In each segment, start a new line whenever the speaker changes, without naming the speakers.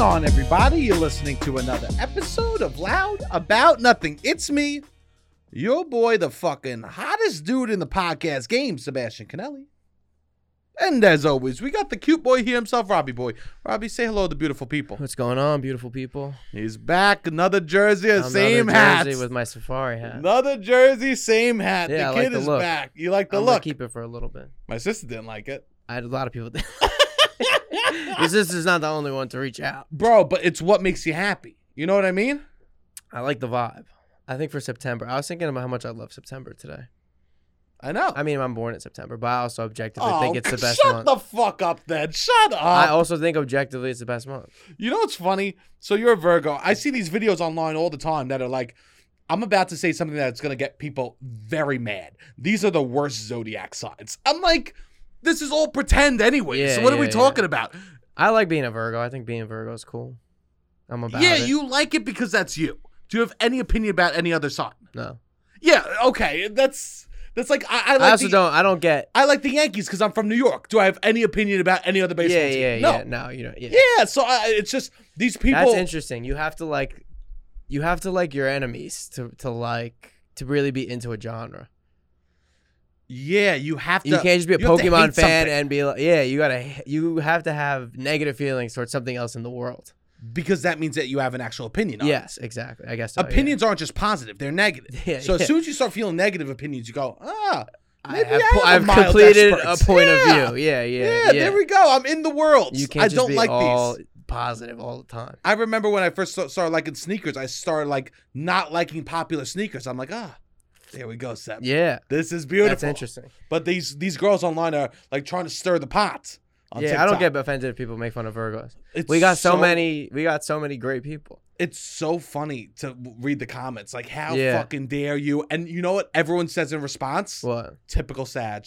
on, everybody? You're listening to another episode of Loud About Nothing. It's me, your boy, the fucking hottest dude in the podcast game, Sebastian Canelli. And as always, we got the cute boy here himself, Robbie Boy. Robbie, say hello to the beautiful people.
What's going on, beautiful people?
He's back, another jersey,
Another
same hat.
jersey with my safari hat.
Another jersey, same hat.
Yeah, I
the
like
kid
the
is
look.
back. You like the
I'm gonna
look?
keep it for a little bit.
My sister didn't like it.
I had a lot of people. Because this is not the only one to reach out.
Bro, but it's what makes you happy. You know what I mean?
I like the vibe. I think for September, I was thinking about how much I love September today.
I know.
I mean, I'm born in September, but I also objectively think it's Oh, the best
Oh, shut
month.
the fuck up, then. Shut up.
I also think objectively it's the best month.
you know what's funny? So you're a Virgo. I see these videos online all the time that are like, I'm about to say something that's gonna get people very mad. These are the worst zodiac signs. I'm like, this is all pretend anyway.
Yeah,
so what are we
yeah,
talking about?
I like being a Virgo. I think being a Virgo is cool. I'm about
yeah,
it.
you like it because that's you. Do you have any opinion about any other sign?
No,
Yeah, okay. That's that's like I, I
I
like
also
the,
don't. I don't get.
I like the Yankees because I'm from New York. Do I have any opinion about any other baseball
Yeah,
team?
yeah,
no.
yeah. No, you know. Yeah.
Yeah, so I, it's just these people.
That's interesting. You have to like, you have to like your enemies to to like to really be into a genre.
yeah, you have to.
You can't just be a
you have to
Pokemon fan
hate something.
and be like, yeah, you gotta, h- you have to have negative feelings towards something else in the world.
because that means that you have an actual opinion. On it.
Yes, exactly. I guess so, yeah.
opinions aren't just positive; they're negative.
Yeah,
so as
yeah.
soon as you start feeling negative opinions, you go, ah,
I
maybe I
have, po-
am a
I've
mild
completed
expert.
a point
Yeah.
of view. Yeah, yeah,
Yeah,
yeah.
there we go. I'm in the world.
you can't
I
just
don't
be
like
all
these.
positive all the time.
I remember when I first sta- started liking sneakers, I started like not liking popular sneakers. I'm like, ah, there we go, Seth.
Yeah,
This is beautiful.
that's interesting.
But these these girls online are like trying to stir the pot. On
yeah, I don't
TikTok.
get offended if people make fun of Virgos.
It's
we got so, many. We got so many great people.
It's so funny to w- read the comments. Like, how
Yeah.
fucking dare you? And you know what everyone says in response?
What?
Typical Sag.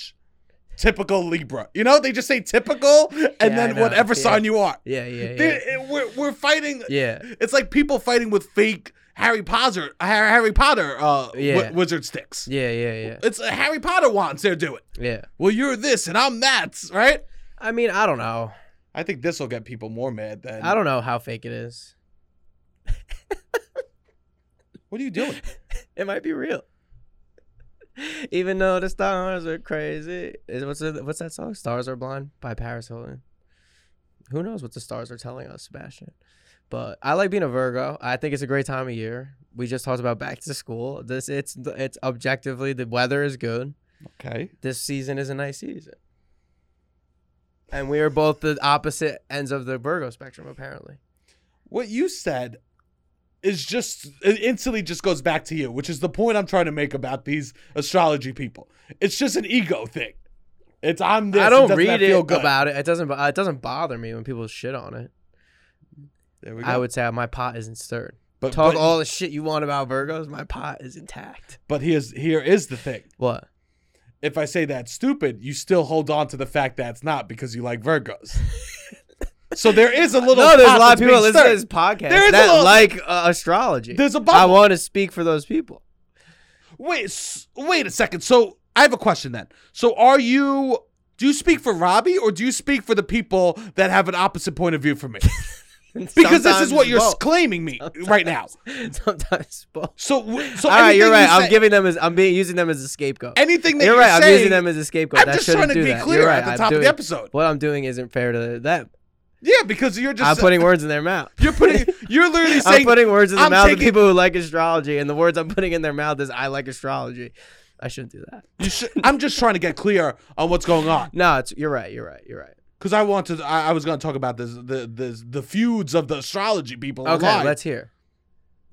Typical Libra. You know, they just say typical and
I
then
know,
whatever
yeah.
sign you are.
Yeah, yeah,
They-
yeah.
it- We're, we're fighting.
yeah.
It's like people fighting with fake Harry Potter, Har- Harry Potter uh, wi-
Yeah.
wizard sticks.
Yeah, yeah, yeah,
It's uh, Harry Potter wands they're doing.
yeah.
Well, you're this and I'm that, right?
I mean, I don't know.
I think this will get people more mad than.
I don't know how fake it is.
What are you doing?
It might be real. Even though the stars are crazy, Is- what's the, what's that song? "Stars Are Blind" by Paris Hilton. Who knows what the stars are telling us, Sebastian? But I like being a Virgo. I think it's a great time of year. We just talked about back to school. This it's it's objectively the weather is good.
Okay.
This season is a nice season. And we are both the opposite ends of the Virgo spectrum, apparently.
what you said is just it instantly just goes back to you, which is the point I'm trying to make about these astrology people. It's just an ego thing. It's I'm this.
I
and
don't
doesn't
read
that
it
feel good?
about it. It doesn't. bo- It doesn't bother me when people shit on it.
There we go.
I would say my pot isn't stirred.
but,
Talk
but,
all the shit you want about Virgos. My pot is intact.
but here's here is the thing.
What?
If I say that's stupid, you still hold on to the fact that it's not because you like Virgos. so there is a little.
no, there's a
pot
lot
that's
of people that
being
listen to
stirred.
this podcast
There is a
that
little-
like uh, astrology.
There's a
I
bubble.
want to speak for those people.
Wait, s- wait a second. So I have a question then. So are you? Do you speak for Robbie or do you speak for the people that have an opposite point of view from me? Because this is
Sometimes
what you're
both.
claiming me right now.
Sometimes both.
So, w- so
all right,
anything
you're right.
You
I'm
say-
giving them as I'm being using them as a scapegoat.
anything that
you're
you're
right. I'm
saying,
using them as a scapegoat.
I'm
That
just
shouldn't
trying to
do
be
that.
clear
You're
at
right.
the
I'm
top of the
doing-
episode.
What I'm doing isn't fair to them.
Yeah, because you're just
I'm putting words in their mouth.
You're putting. You're literally saying.
I'm putting words in the
I'm
mouth
taking-
of people who like astrology, and the words I'm putting in their mouth is "I like astrology." I shouldn't do that.
you should, I'm just trying to get clear on what's going on
No, it's, you're right. You're right. You're right.
because I want to. I, I was going to talk about this, the the the feuds of the astrology people.
Okay,
online.
let's hear.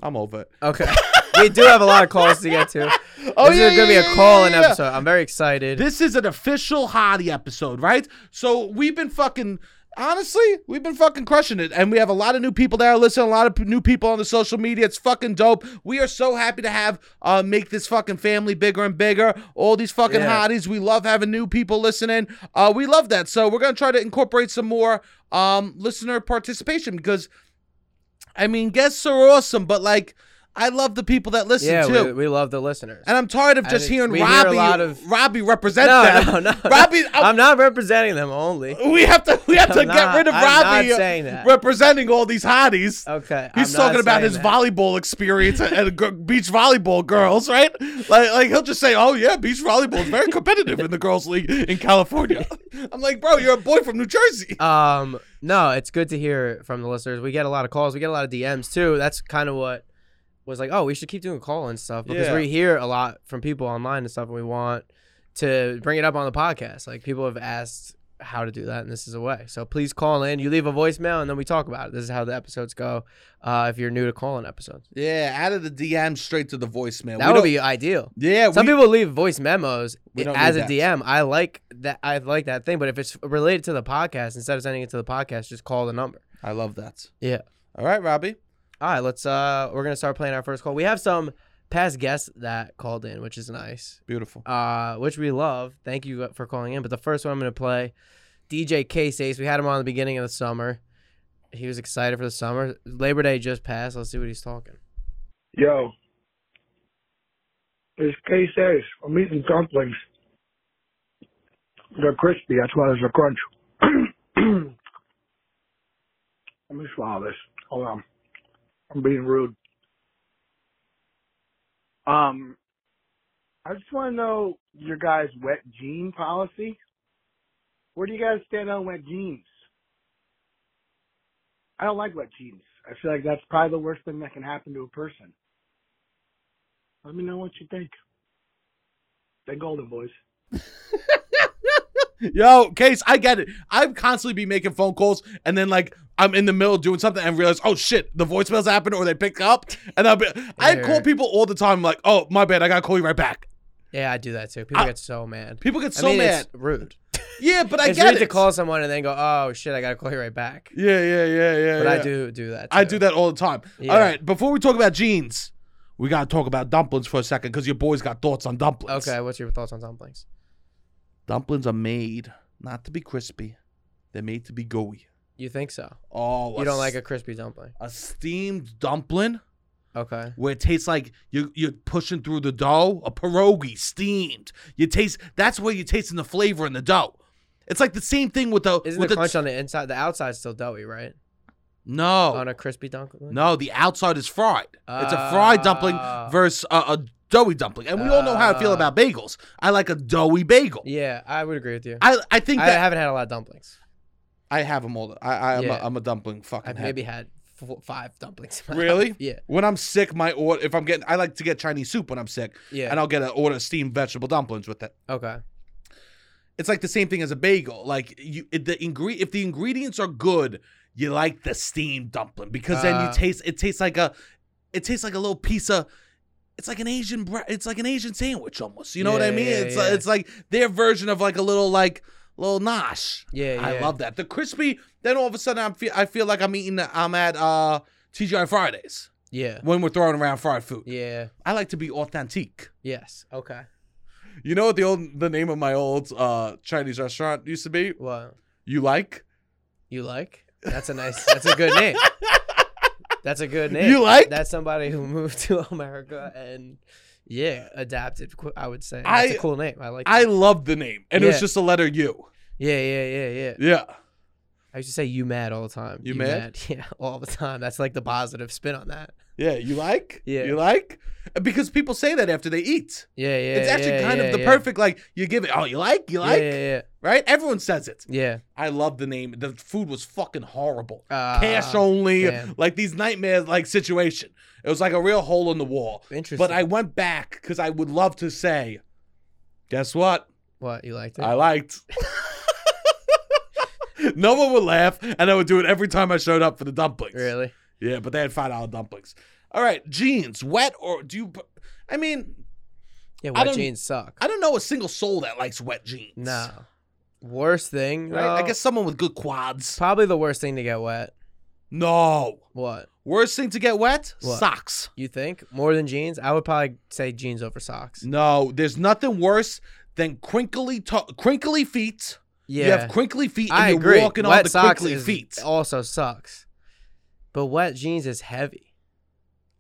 I'm over it.
Okay, we do have a lot of calls to get to.
Oh,
this
yeah,
is gonna
yeah,
be
yeah,
a call-in
yeah, yeah.
episode. I'm very excited.
This is an official hottie episode, right? So we've been fucking. Honestly, we've been fucking crushing it, and we have a lot of new people that are listening. A lot of p- new people on the social media. It's fucking dope. We are so happy to have uh make this fucking family bigger and bigger. All these fucking
Yeah.
hotties. We love having new people listening. Uh, we love that. So we're gonna try to incorporate some more um listener participation because I mean, guests are awesome, but like, I love the people that listen
yeah,
too.
we, we love the listeners.
and I'm tired of
I
just
think
hearing
we hear a
Robbie
lot of-
Robbie represent that.
No, no, no.
Robbie, I-
I'm not representing them only.
We have to we have to
I'm
get
not-
rid of
I'm
Robbie uh,
not saying that.
representing all these hotties.
Okay.
He's
I'm not
talking about
saying
his
that.
volleyball experience at, at g- beach volleyball girls, right? Like, like he'll just say, "Oh yeah, beach volleyball is very competitive in the girls' league in California." I'm like, bro, you're a boy from New Jersey.
Um, no, it's good to hear from the listeners. We get a lot of calls. We get a lot of DMs too. That's kind of what was like. Oh, we should keep doing call and stuff because
Yeah.
we hear a lot from people online and stuff, and we want to bring it up on the podcast. Like people have asked how to do that, and this is a way. So please call in. You leave a voicemail, and then we talk about it. This is how the episodes go. Uh, if you're new to calling episodes,
Yeah, out of the DM straight to the voicemail.
that would be ideal.
yeah.
Some people leave voice memos
We don't
as a
need that.
DM. I like that. I like that thing. But if it's related to the podcast, instead of sending it to the podcast, just call the number.
I love that.
Yeah.
All right, Robbie.
All right, let's. Uh, we're gonna start playing our first call. We have some past guests that called in, which is nice.
Beautiful.
Uh, which we love. Thank you uh, for calling in. But the first one I'm gonna play, DJ Casey. We had him on the beginning of the summer. He was excited for the summer. Labor Day just passed. Let's see what he's talking.
Yo. It's K says I'm eating dumplings. They're crispy, that's why there's a crunch. Let me swallow this. Hold on. I'm being rude. Um I just wanna know your guys' wet jean policy. Where do you guys stand on wet jeans? I don't like wet jeans. I feel like that's probably the worst thing that can happen to a person. Let me know what you think. They golden boys.
Yo, Case, I get it. I've constantly be making phone calls, and then like I'm in the middle of doing something and realize, oh shit, the voicemails happen or they pick up, and I'll be, I
Yeah.
call people all the time, like, oh my bad, I gotta call you right back.
Yeah, I do that too. People
I-
get so mad.
Ah. People get so
I mean,
mad.
it's rude.
Yeah, but I
it's
get
rude
it.
to call someone and then go, "Oh shit, I gotta call you right back."
Yeah, yeah, yeah, yeah.
But I
yeah.
do do that.
I
too.
do that all the time.
Yeah.
All right, before we talk about jeans, we gotta talk about dumplings for a second because your boys got thoughts on dumplings.
Okay, what's your thoughts on dumplings?
dumplings are made not to be crispy; they're made to be gooey.
You think so?
Oh,
You don't like
a
a crispy dumpling?
a steamed dumpling.
Okay.
where it tastes like you you're pushing through the dough, a pierogi steamed. You taste that's where you're tasting the flavor in the dough. It's like the same thing with the
Isn't
with
the crunch on the inside? The outside's still doughy, right?
no
On a crispy dumpling.
Oh. no the outside is fried. it's a fried dumpling
Ah.
versus a, a doughy dumpling, and we all know how I feel
Ah.
about bagels. I like a doughy bagel.
Yeah, I would agree with you. I,
I I think that
haven't had a lot of dumplings.
I, have them all. I, I I'm,
Yeah.
a, I'm a dumpling fucking.
I've
head.
maybe had four, five dumplings. in my
Really?
life. Yeah.
When I'm sick, my order if I'm getting I like to get Chinese soup when I'm sick,
Yeah.
and I'll get an order of steamed vegetable dumplings with it.
okay.
it's like the same thing as a bagel. Like you, it- the ingre- if the ingredients are good, you like the steamed dumpling because then
Uh.
you taste it tastes like a, it tastes like a little piece of, it's like an Asian bre- it's like an Asian sandwich almost. You know what I
Yeah,
mean?
yeah,
it's
yeah.
it's like their version of like a little like little nosh.
Yeah.
I
yeah.
love that the crispy. Then all of a sudden I'm feel I feel like I'm eating I'm at uh TGI Fridays
Yeah.
when we're throwing around fried food.
Yeah.
I like to be authentic.
Yes. Okay.
You know what the old the name of my old uh Chinese restaurant used to be?
Well,
You like?
you like? That's a nice. That's a good name. That's a good name.
You like?
That's somebody who moved to America and yeah, adapted. qu- I would say that's
I-
a cool name. I like.
I
that.
love the name, and it was
Yeah.
just the letter U.
Yeah. Yeah. Yeah. Yeah.
Yeah,
I used to say you mad all the time.
You mad?
Yeah, all the time. That's like the positive spin on that.
yeah. You like?
Yeah.
You like? Because people say that after they eat.
Yeah, yeah.
it's actually
yeah,
kind
yeah,
of the
yeah.
perfect like you give it. Oh, you like? You
Yeah,
like?
yeah,
Right? Everyone says it.
yeah.
I love the name. The food was fucking horrible.
yeah. Uh,
Cash only,
damn.
like these nightmares, like situation. It was like a real hole in the wall.
Interesting.
But I went back because I would love to say, guess what?
what you liked it?
I liked. no one would laugh, and I would do it every time I showed up for the dumplings.
really?
Yeah, but they had five dollar dumplings. All right, jeans, wet or do you? pu- I mean,
Yeah.
I
Wet
don't-
jeans suck.
I don't know a single soul that likes wet jeans.
no. Worst thing.
right? I
though,
guess someone with good quads.
probably the worst thing to get wet.
No,
What
worst thing to get wet?
What?
Socks.
you think? More than jeans? I would probably say jeans over socks.
No, there's nothing worse than crinkly to- crinkly feet.
Yeah.
You have crinkly feet, and
I
you're
agree.
walking
wet
on the
socks
crinkly
is-
feet.
also sucks. But wet jeans is heavy.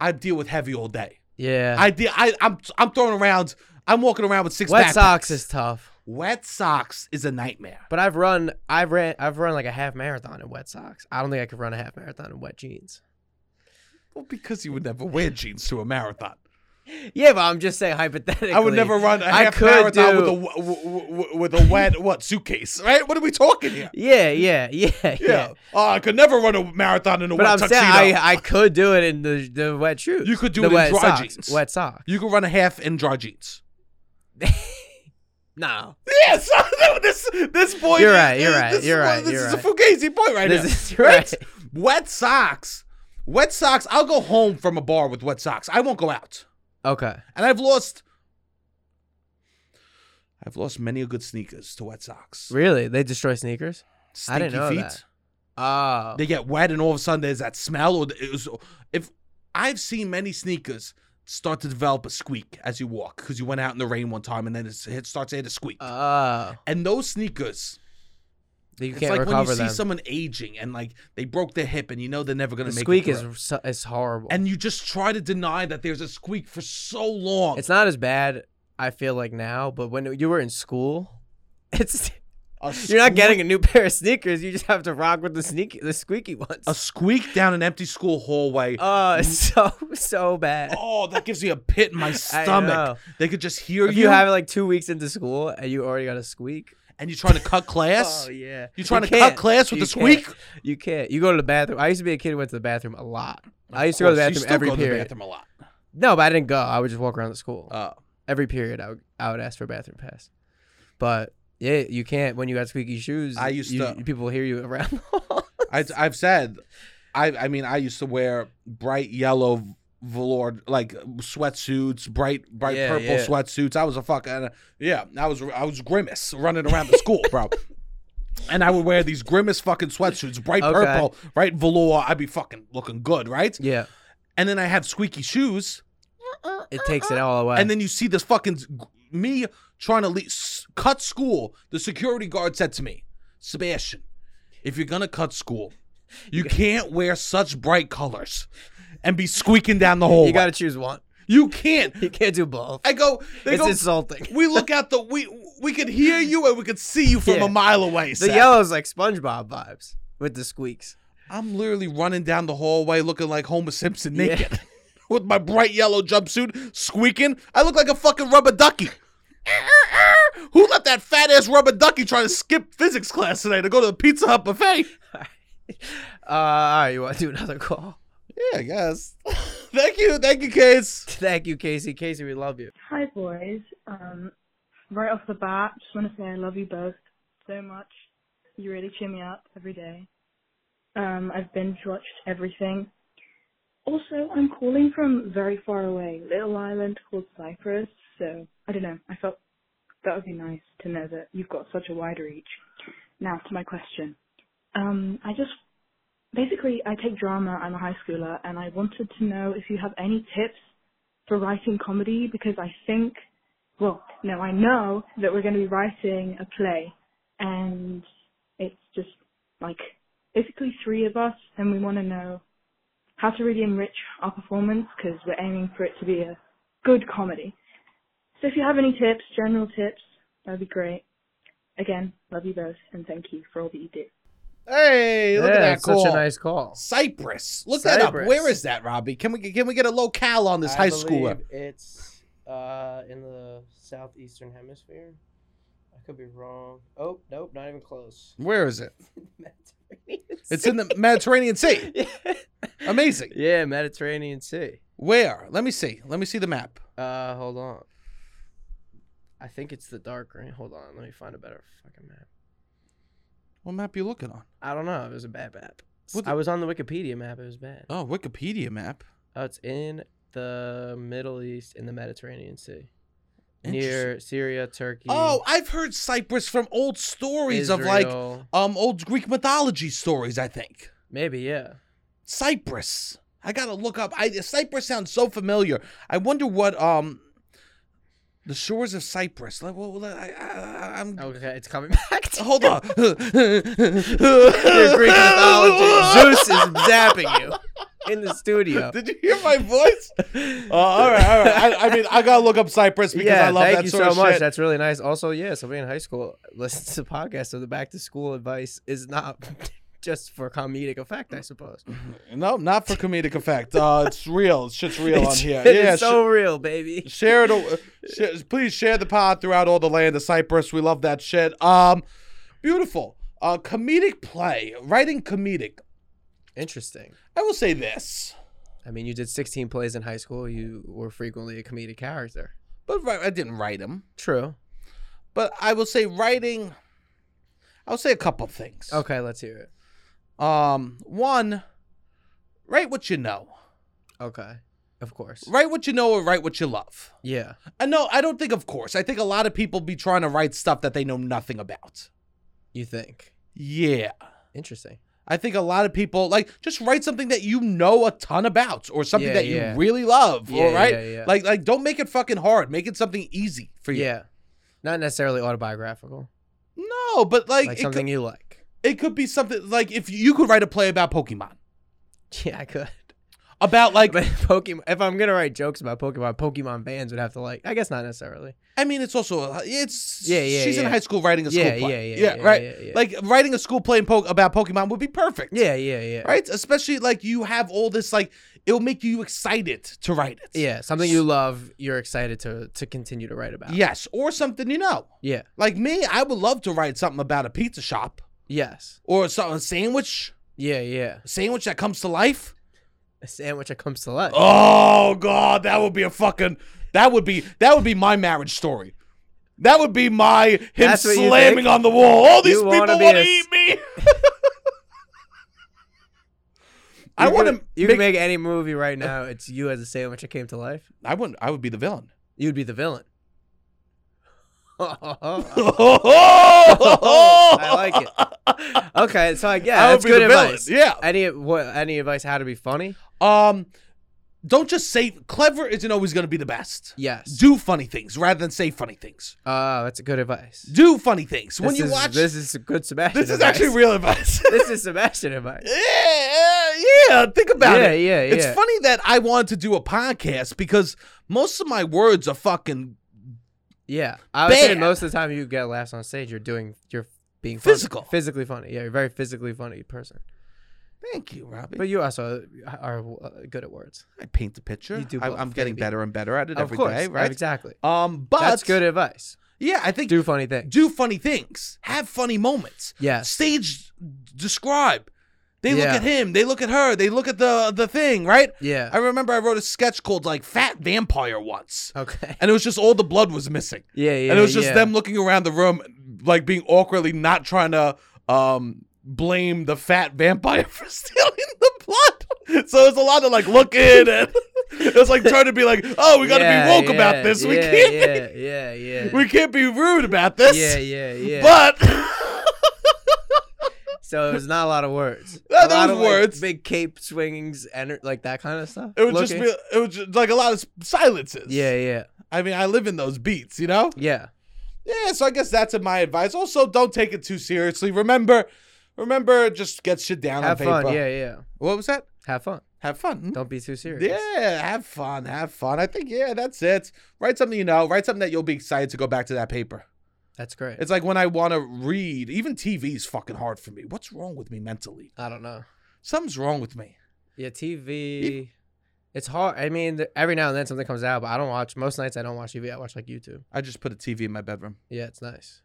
I deal with heavy all day.
Yeah.
I de- I I'm I'm throwing around. I'm walking around with six.
Wet
backpacks.
socks is tough.
Wet socks is a nightmare.
But I've run, I've ran, I've run like a half marathon in wet socks. I don't think I could run a half marathon in wet jeans.
Well, because you would never wear jeans to a marathon.
Yeah, but I'm just saying hypothetically.
I would never run a
I
half
could
marathon with a
do-
w- w- w- with a wet what suitcase, right? What are we talking here?
Yeah, yeah, yeah, yeah.
Yeah. Oh, I could never run a marathon in a
But
wet
I'm
tuxedo.
saying I, I could do it in the, the wet shoes.
You could do
the
it in
wet
dry
socks.
jeans.
Wet socks.
you could run a half in dry jeans.
No.
Yes, no, this this boy.
You're right, you're
this-
right,
This
you're
is, one-
right,
This
you're
is
right.
a fugazi point right
This
now.
is- you're right.
Wet socks. Wet socks. I'll go home from a bar with wet socks. I won't go out.
Okay.
And I've lost. I've lost many a good sneakers to wet socks.
Really? They destroy sneakers?
Stinky
I didn't know
feet.
that. Oh.
They get wet, and all of a sudden there's that smell. Or it was, if I've seen many sneakers start to develop a squeak as you walk because you went out in the rain one time, and then it's- it starts to hit a squeak.
oh.
and those sneakers.
You
It's
can't
like when
recover
you
them.
see someone aging and like they broke their hip and you know they're never gonna
the
make
squeak
it
is
through.
so- is horrible.
and you just try to deny that there's a squeak for so long.
it's not as bad. I feel like now, but when you were in school, it's
A
you're not getting
squeak-
a new pair of sneakers. You just have to rock with the sneaky, the squeaky ones.
a squeak down an empty school hallway.
Oh, it's so so bad.
oh, that gives me a pit in my
I
stomach.
know.
They could just hear
If
you,
you have it like two weeks into school and you already got a squeak.
and you're trying to cut class.
Oh yeah.
You're trying
You
to cut
can't.
class with
You
the squeak.
can't. You can't. You go to the bathroom. I used to be a kid who went to the bathroom a lot. I used
Of
to go to the
course, you
bathroom
still
every
go to the
period.
bathroom a lot.
No, but I didn't go. I would just walk around the school.
Uh,
every period I would, I would ask for a bathroom pass. But yeah, you can't when you got squeaky shoes.
I used
you-
to-
people hear you around. the hall.
I, I've said, I I mean, I used to wear bright yellow velour like sweatsuits, bright bright
Yeah,
purple
yeah.
sweatsuits. I was a fucking yeah. I was I was grimace running around the school, bro. And I would wear these grimace fucking sweatsuits, bright
Okay.
purple, right velour. I'd be fucking looking good, right?
yeah,
And then I have squeaky shoes,
it takes it all away.
and then you see this fucking me trying to le- s- cut school. The security guard said to me, Sebastian, if you're gonna cut school, you can't wear such bright colors and be squeaking down the hallway.
you got to choose one.
you can't.
You can't do both.
I go. They
It's
go.
insulting.
we look out the. We we could hear you and we could see you from
Yeah.
a mile away.
The
Seth.
yellow's like SpongeBob vibes with the squeaks.
I'm literally running down the hallway looking like Homer Simpson
Yeah.
naked with my bright yellow jumpsuit squeaking. I look like a fucking rubber ducky. Who let that fat ass rubber ducky try to skip physics class today to go to the Pizza Hut buffet?
Uh, all right, you want to do another call?
Yeah, I guess. thank you, thank you, kids.
Thank you, Casey. Casey, we love you.
Hi, boys. Um, right off the bat, just want to say I love you both so much. You really cheer me up every day. Um, I've binge watched everything. Also, I'm calling from very far away, a little island called Cyprus. So I don't know. I felt that would be nice to know that you've got such a wide reach. Now to my question. Um, I just basically I take drama. I'm a high schooler, and I wanted to know if you have any tips for writing comedy because I think, well, no, I know that we're going to be writing a play and it's just like basically three of us and we want to know how to really enrich our performance because we're aiming for it to be a good comedy. So if you have any tips, general tips, that'd be great. Again, love you both and thank you for all that you do.
Hey, look
yeah,
at that
it's
call.
such a nice call.
Cyprus. Look that up.
Cyprus.
Where is that, Robbie? Can we can we get a locale on this high schooler?
It's uh, in the southeastern hemisphere. I could be wrong. Oh, nope, not even close.
Where is it?
Mediterranean
It's
Sea.
in the Mediterranean Sea.
yeah.
Amazing.
Yeah, Mediterranean Sea.
Where? Let me see. Let me see the map.
Uh, hold on. I think it's the dark green. Hold on, let me find a better fucking map.
What map you looking on?
I don't know. It was a bad map. S-
What the-
I was on the Wikipedia map. It was bad.
Oh, Wikipedia map.
Oh, it's in the Middle East in the Mediterranean Sea,
Interesting.
near Syria, Turkey.
Oh, I've heard Cyprus from old stories of like
Israel.
um old Greek mythology stories, I think.
maybe yeah.
Cyprus. I got to look up. I Cyprus sounds so familiar. I wonder what um the shores of Cyprus. Like, well, I, I, I'm
Okay, it's coming back. To
Hold on. Oh. Your Greek
Your Greek mythology. Zeus is zapping you. in the studio.
Did you hear my voice? Uh, all right, all right. I, I mean, I gotta look up Cypress because
yeah,
I love
thank
that
you
sort
so
of
much.
shit.
That's really nice. Also, yeah, somebody in high school listens to podcasts, so the back to school advice is not just for comedic effect, I suppose.
No, not for comedic effect. Uh, it's real. Shit's real on
It's-
here.
it is
yeah, sh-
so real, baby.
share it. o- sh- please share the pod throughout all the land of Cyprus. We love that shit. Um, beautiful. Uh, comedic play, writing comedic.
Interesting.
I will say this,
I mean, you did 16 plays in high school. You were frequently a comedic character.
but ri- I didn't write them.
True.
But I will say writing. I'll say a couple things.
Okay, let's hear it.
Um, one, write what you know.
Okay. Of course.
Write what you know or write what you love.
Yeah.
And no, I don't think of course. I think a lot of people be trying to write stuff that they know nothing about.
You think?
Yeah.
Interesting.
I think a lot of people like just write something that you know a ton about or something
Yeah,
that you
yeah.
really love.
Yeah,
all right.
yeah, yeah.
Like like don't make it fucking hard. Make it something easy for you.
Yeah. Not necessarily autobiographical.
No, but like,
Like,
it,
something
could,
you like.
it could be something like if you could write a play about Pokemon.
Yeah, I could.
About like
But Pokemon. If I'm gonna write jokes about Pokemon, Pokemon fans would have to like. I guess not necessarily.
I mean, it's also a- it's
Yeah, yeah,
She's in
yeah.
high school writing a school
Yeah,
play.
yeah, yeah, yeah,
right.
yeah, yeah.
Like writing a school play in po- about Pokemon would be perfect.
Yeah, yeah, yeah.
right. Especially like you have all this like it'll make you excited to write it.
Yeah, something you love. You're excited to to continue to write about.
Yes, or something you know.
Yeah.
Like me, I would love to write something about a pizza shop
Yes.
or something a sandwich,
Yeah, yeah.
a sandwich that comes to life.
A sandwich that comes to life.
Oh god, that would be a fucking that would be that would be my marriage story. That would be my him
That's what you
slamming
think?
on the wall. All these
You wanna
people
be
want to
a-
eat me. I
You
want
could-
to
You can make any movie right now. It's you as a sandwich that came to life.
I wouldn't I would be the villain.
You'd be the villain.
I
like it. Okay, so I yeah,
I would
that's
be
good
the villain,
advice.
yeah.
Any what any advice how to be funny?
Um don't just say clever isn't always going to be the best.
Yes.
Do funny things rather than say funny things.
Uh, that's good advice.
Do funny things. when
This
you
is-
watch
this is good Sebastian.
this is
advice.
actually real advice.
this is Sebastian advice.
Yeah, yeah, yeah, think about
Yeah,
it.
yeah,
It's
yeah.
funny that I wanted to do a podcast because most of my words are fucking
Yeah, I would say
Bad.
most of the time you get laughs on stage, you're doing you're being funny.
Physical.
physically funny. Yeah, you're a very physically funny person.
Thank you, Robbie.
But you also are uh, good at words.
I paint the picture.
You do
I,
both,
am getting
baby.
better and better at it
of
every day,
course,
right?
Exactly.
Um, but
that's good advice.
Yeah, I think do,
Do funny things.
funny things, have funny moments.
Yes.
Stage describe. They look
Yeah.
at him. They look at her. They look at the the thing. Right.
Yeah.
I remember I wrote a sketch called like Fat Vampire once,
okay.
and it was just all the blood was missing.
Yeah, yeah.
and it was just
yeah.
them looking around the room, like being awkwardly not trying to um, blame the fat vampire for stealing the blood. So there's a lot of like looking and it was like trying to be like, oh, we gotta
Yeah,
be woke
yeah,
about this. we
yeah,
can't,
Yeah, yeah, yeah.
we can't be rude about this.
yeah, yeah, yeah.
But
so it was not a lot of words.
No,
a
there
lot
was
of, like,
words.
big cape swingings and like that kind of stuff.
it would just
Looking-
be, it was just like a lot of s- silences.
Yeah, yeah,
I mean, I live in those beats, you know.
yeah.
Yeah, so I guess that's my advice. Also, don't take it too seriously. Remember, remember, just get shit down
Have
on paper.
fun. Yeah, yeah.
What was that?
Have fun.
Have fun. Mhm.
Don't be too serious.
Yeah, have fun, have fun. I think yeah, that's it. Write something you know. Write something that you'll be excited to go back to that paper.
That's great.
It's like when I want to read. Even TV is fucking hard for me. What's wrong with me mentally?
I don't know.
Something's wrong with me.
Yeah, TV. It's hard. I mean, th- every now and then something comes out, but I don't watch. Most nights I don't watch TV. I watch like YouTube.
I just put a TV in my bedroom.
Yeah, it's nice.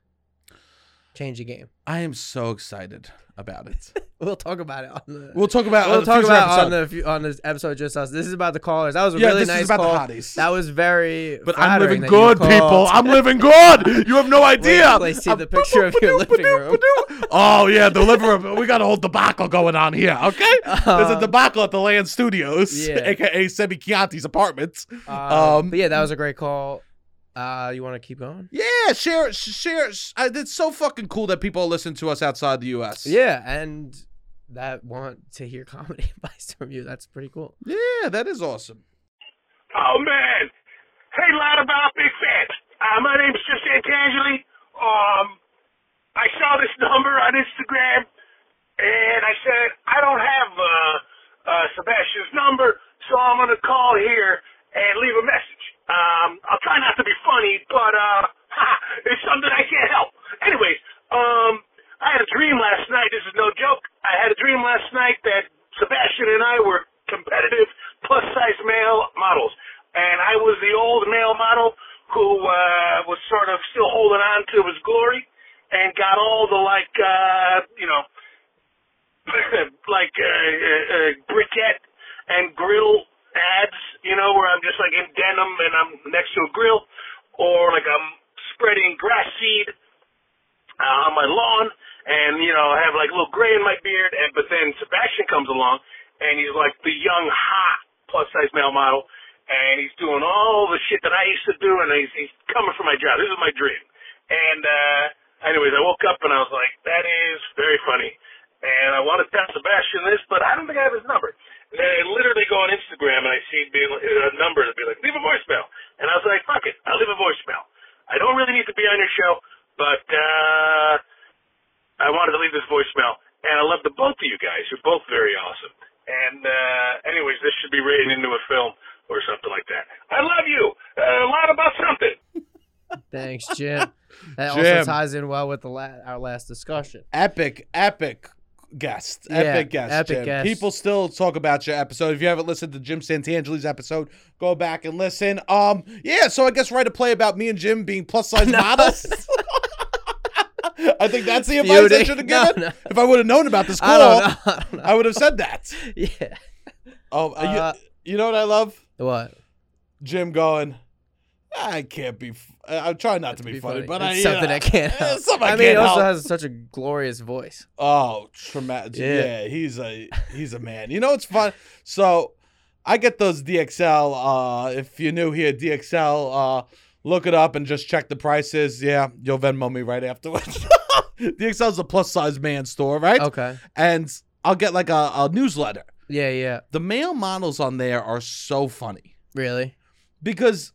Change the game.
I am so excited about it.
We'll talk about it on the.
we'll talk about.
we'll
on a
talk
future
about
episode.
on the few- on this episode just us. This is about the callers. That was a
Yeah,
really
this is
nice
about the
call.
hotties.
That was very.
But I'm living
flattering
good,
that you
people.
called. Um,
I'm living good. You have no idea.
till I see
I'm-
the picture of your living room.
Oh yeah, the living room. We got a whole debacle going on here. Okay, there's a
Uh,
debacle at the Land Studios,
yeah.
aka Semi Chianti's apartments. Um,
um, but yeah, that was a great call. Uh, you want to keep going?
Yeah, share, share. I, it's so fucking cool that people listen to us outside the U.S.
Yeah, and that want to hear comedy advice from you. That's pretty cool.
yeah, that is awesome.
Oh man! Hey, loud about big fan. Uh, my name's Chris Santangeli. Um, I saw this number on Instagram, and I said I don't have a, uh, Sebastian's number, so I'm going to call here and leave a message. Um, I'll try not to be funny, but uh, it's something I can't help. Anyways, um, I had a dream last night. This is no joke. I had a dream last night that Sebastian and I were competitive plus size male models, and I was the old male model who uh, was sort of still holding on to his glory and got all the like uh, you know like uh, uh, uh, briquette and grill ads, you know, where I'm just like in denim and I'm next to a grill, or like I'm spreading grass seed uh, on my lawn, and you know, I have like a little gray in my beard, and but then Sebastian comes along, and he's like the young hot plus size male model, and he's doing all the shit that I used to do, and he's, he's coming for my job. This is my dream, and uh, anyways, I woke up and I was like, that is very funny, and I want to tell Sebastian this, but I don't think I have his number. And I literally go on Instagram and I see being, uh, a number that be like, leave a voicemail, and I was like, fuck it, I'll leave a voicemail. I don't really need to be on your show, but uh, I wanted to leave this voicemail. And I love the both of you guys. You're both very awesome. And uh, anyways, this should be written into a film or something like that. I love you. Uh, a lot about something.
Thanks, Jim. That
Jim.
also ties in well with the la- our last discussion.
Epic, epic guest.
Yeah,
epic guest,
epic
Jim.
guest.
People still talk about your episode. If you haven't listened to Jim Santangeli's episode, go back and listen. Um, yeah, so I guess write a play about me and Jim being plus size models. I think that's the advice I
Feuding.
should have
No,
given.
no.
If I would have known about this call,
I don't know. I don't know.
I would have said that.
yeah.
Um, you-
Uh,
you, know what I love?
What?
Jim going. I can't be. F- I- I'm trying not to be,
Be
funny, but
It's
I, you
something
know,
I can't.
it's
Help.
something I,
I mean, he
can't
also
help.
has such a glorious voice.
Oh, traumatic. Yeah.
Yeah.
he's a he's a man. You know it's fun. So I get those DXL. Uh, if you're new here, DXL. Uh, look it up and just check the prices. Yeah, you'll Venmo me right afterwards. DXL is a plus size man store, right?
Okay.
And I'll get like a, a newsletter.
Yeah. Yeah.
The male models on there are so funny
Really.
because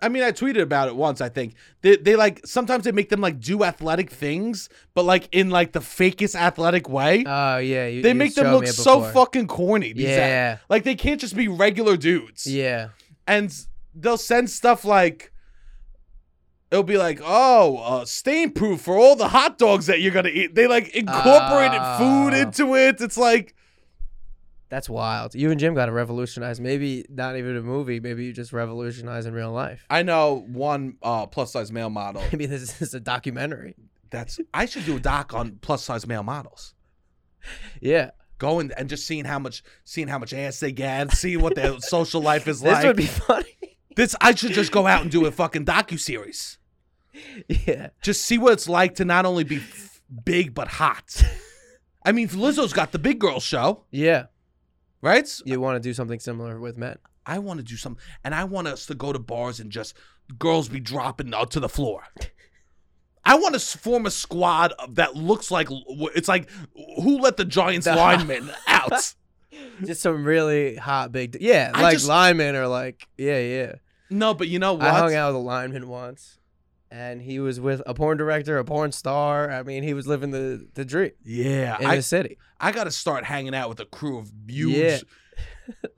I mean I tweeted about it once I think they they like sometimes they make them like do athletic things but like in like the fakest athletic way
Oh yeah. You,
they
you
make them
showed
look
me it
so
before.
fucking corny. These yeah.
Yeah.
like they can't just be regular dudes.
Yeah.
And they'll send stuff like it'll be like, oh, uh, stain proof for all the hot dogs that you're gonna eat. They like incorporated food
Ah.
into it. It's like
That's wild. You and Jim got to revolutionize. Maybe not even a movie. Maybe you just revolutionize in real life.
I know one uh, plus size male model.
Maybe this is a documentary.
That's I should do a doc on plus size male models.
Yeah.
Going and just seeing how much, seeing how much ass they get, seeing what their social life is
This
like.
would be funny.
this I should just go out and do a fucking docu series.
yeah.
just see what it's like to not only be f- big but hot. I mean, Lizzo's got the big girl show,
Yeah.
right?
You want to do something similar with men.
I want to do something, and I want us to go to bars and just girls be dropping out to the floor. I want to form a squad of, that looks like it's like who let the Giants linemen out?
Just some really hot big. D- yeah.
I
Like
just-
linemen are like, yeah, yeah.
No, but you know what?
I hung out with a lineman once, and he was with a porn director, a porn star. I mean, he was living the the dream
Yeah,
in
I,
the city.
I got to start hanging out with a crew of huge,
Yeah.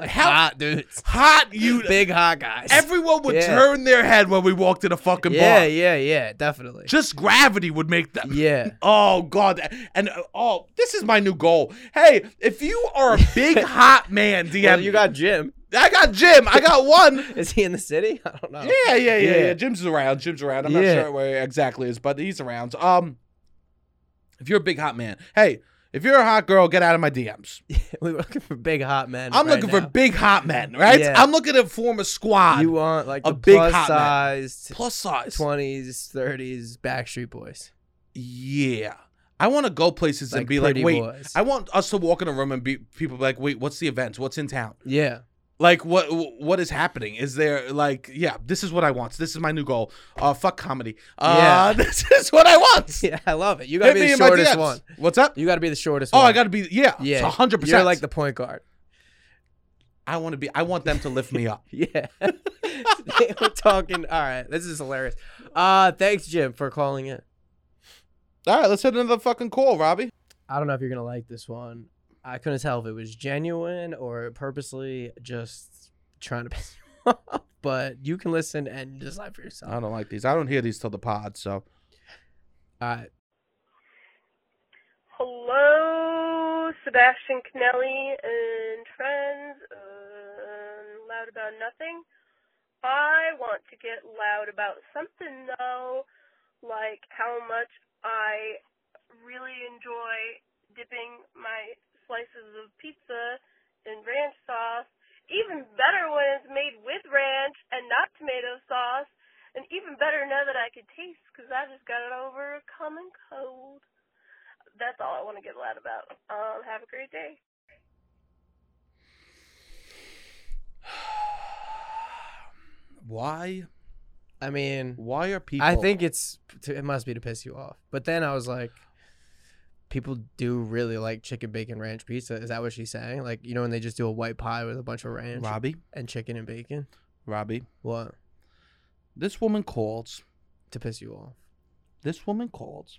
Like
How-
hot dudes,
hot you.
big hot guys.
Everyone would
Yeah.
turn their head when we walked in a fucking
yeah,
bar.
yeah, yeah, definitely.
Just gravity would make them.
yeah,
Oh God! And uh, oh, this is my new goal. Hey, if you are a big hot man, DM.
well,
me.
you got Jim.
I got Jim. I got one.
Is he in the city? I don't know.
Yeah, yeah, yeah, yeah,
Yeah.
Jim's around. Jim's around. I'm
Yeah.
not sure where he exactly is, but he's around. Um, if you're a big hot man, hey, if you're a hot girl, get out of my DMs.
we were looking for big hot men.
I'm
right
looking for
now.
big hot men, right?
Yeah.
I'm looking to form a squad,
You want like
a
the
big
plus
hot man.
sized
plus size.
twenties, thirties Backstreet Boys,
Yeah, I want to go places and
Like
be like,
pretty
wait.
boys.
I want us to walk in a room and be people be like, wait, what's the event? What's in town?
yeah,
like what what is happening is there like yeah this is what i want this is my new goal uh fuck comedy uh this is what i want
yeah. I love it. You gotta
Hit
be
me
the
in my
shortest
DMs.
one.
what's up
You gotta be the shortest
Oh,
one.
i gotta be yeah
Yeah,
100
You're
percent
like the point guard.
i want to be i want them to lift me up
Yeah. They We're talking. All right. This is hilarious. Uh, thanks, Jim, for calling in.
all right let's hit another fucking call robbie
I don't know if you're going to like this one. I couldn't tell if it was genuine or purposely just trying to piss you off. But you can listen and decide for yourself.
I don't like these. I don't hear these till the pod. So
All right.
Hello, Sebastian Canelli and friends. Uh, loud about nothing. I want to get loud about something though, like how much I really enjoy dipping my slices of pizza in ranch sauce. Even better when it's made with ranch and not tomato sauce. And even better now that I can taste because I just got it over a common cold that's all I want to get loud about. Um, have a great day.
why
I mean,
why are people?
I think it's to, it must be to piss you off. But then I was like, people do really like chicken bacon ranch pizza. Is that what she's saying? Like you know when they just do a white pie with a bunch of ranch
Robbie.
and chicken and bacon?
Robbie,
What
this woman calls.
to piss you off?
This woman calls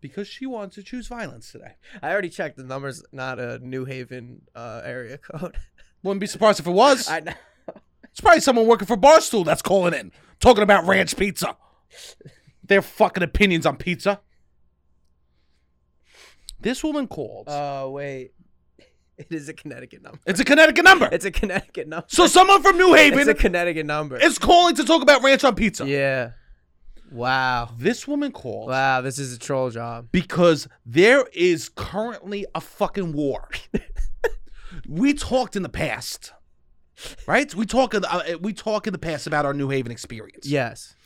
because she wants to choose violence today.
I already checked the numbers. Not a New Haven uh, area code.
Wouldn't be surprised if it was.
I know.
It's probably someone working for Barstool that's calling in, talking about ranch pizza. Their fucking opinions on pizza. This woman called.
Oh wait, it is a Connecticut number.
it's a Connecticut number.
It's a Connecticut number.
so someone from New
It's
Haven
a Connecticut number.
is calling to talk about ranch on pizza.
Yeah. Wow.
This woman called
Wow. This is a troll job.
because there is currently a fucking war. we talked in the past, right? We talk in the, uh, we talk in the past about our New Haven experience.
Yes.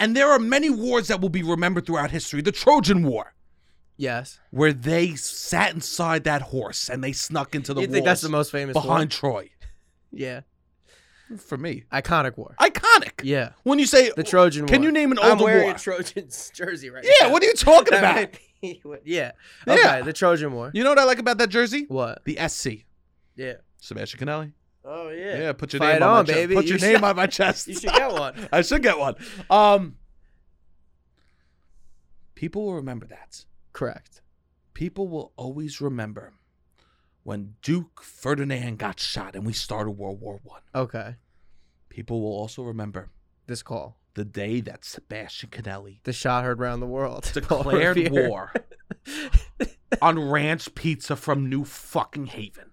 And there are many wars that will be remembered throughout history. The Trojan War,
Yes.
where they sat inside that horse and they snuck into the
you
walls
think that's the most famous
behind
one?
Troy.
Yeah.
For me,
Iconic war.
iconic.
Yeah.
When you say
The Trojan
can
War.
you name an
I'm
older
wearing
war?
a Trojan's jersey right now.
yeah. What are you talking
That
about?
might be what- yeah.
Yeah.
Okay. The Trojan War.
You know what I like about that jersey?
What?
The SC.
Yeah.
Sebastian Canelli.
Oh
Yeah, put your
Fight
name on,
on,
my
baby.
Chest. Put
You
your
should-
name on my chest.
You should get one.
I should get one. Um, people will remember that.
Correct.
People will always remember when Duke Ferdinand got shot and we started World War One.
Okay.
People will also remember
This call.
the day that Sebastian Canelli
The shot heard round the world.
declared
Fear.
war on ranch pizza from New fucking Haven.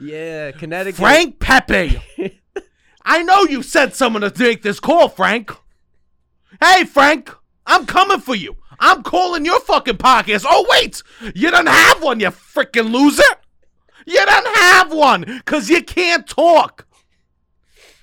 Yeah. Connecticut.
Frank Pepe. I know you sent someone to make this call, Frank. Hey, Frank, I'm coming for you. I'm calling your fucking podcast. Oh, wait, you don't have one, you freaking loser. You don't have one because you can't talk.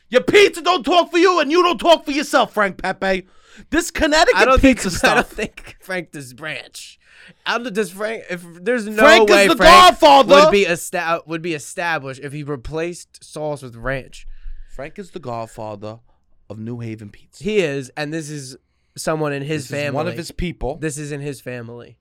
Your pizza don't talk for you, and you don't talk for yourself, Frank Pepe. This Connecticut
I don't think.
pizza
I don't
stuff.
think Frank does branch. I don't, does Frank? If there's no
Frank is
way
the
Frank
Godfather.
would be esta- would be established if he replaced sauce with ranch.
Frank is the godfather of New Haven pizza.
He is, and this is someone in his
This
family.
is one of his people.
This is in his family.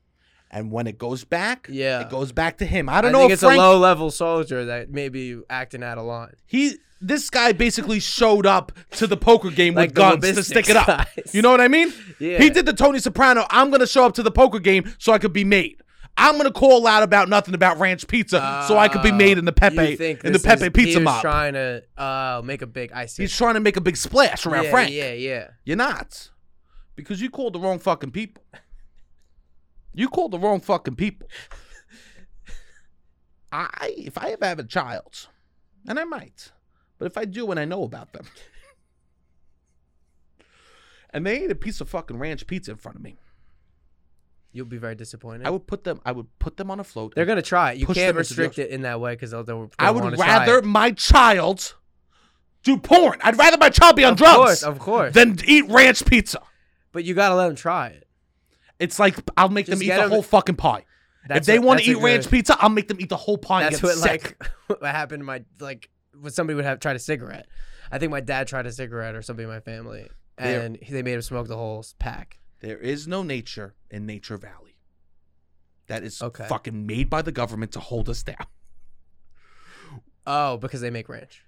And when it goes back,
Yeah.
it goes back to him. I don't know
think
if
it's
Frank,
a low level soldier that may be acting out of line.
he this guy basically showed up to the poker game
Like
with
the
guns to
logistics
stick it up.
guys.
You know what I mean?
Yeah.
He did the Tony Soprano. I'm gonna show up to the poker game so I could be made. I'm gonna call out about nothing about ranch pizza so I could be made in the Pepe
Ah, You think
in the
this
Pepe
is-
pizza
he was
mob.
trying to uh, make a big ice.
He's trying to make a big splash around
yeah,
Frank.
Yeah, yeah.
You're not. Because you called the wrong fucking people. You called the wrong fucking people. I if I ever have a child, and I might, but if I do and I know about them. And they ate a piece of fucking ranch pizza in front of me.
You'll be very disappointed.
I would put them I would put them on a float.
They're gonna try it. You
push
can't
them into the
restrict it in that way because they'll. they'll
I
wanna
would
try it.
rather my child do porn. I'd rather my child be on
Of
drugs
course, of course.
than eat ranch pizza.
But you gotta let them try it.
It's like I'll make
Just
them eat
get
the
'em-
whole fucking pie. if
That's
they
a-
want to
that's a
eat ranch
good-
pizza, I'll make them eat the whole pie.
that's
and get
what
sick.
like what happened to my like when somebody would have tried a cigarette. I think my dad tried a cigarette or somebody in my family,
There.
and he- they made him smoke the whole s- pack.
There is no nature in Nature Valley. That is
Okay.
fucking made by the government to hold us down.
Oh, because they make ranch.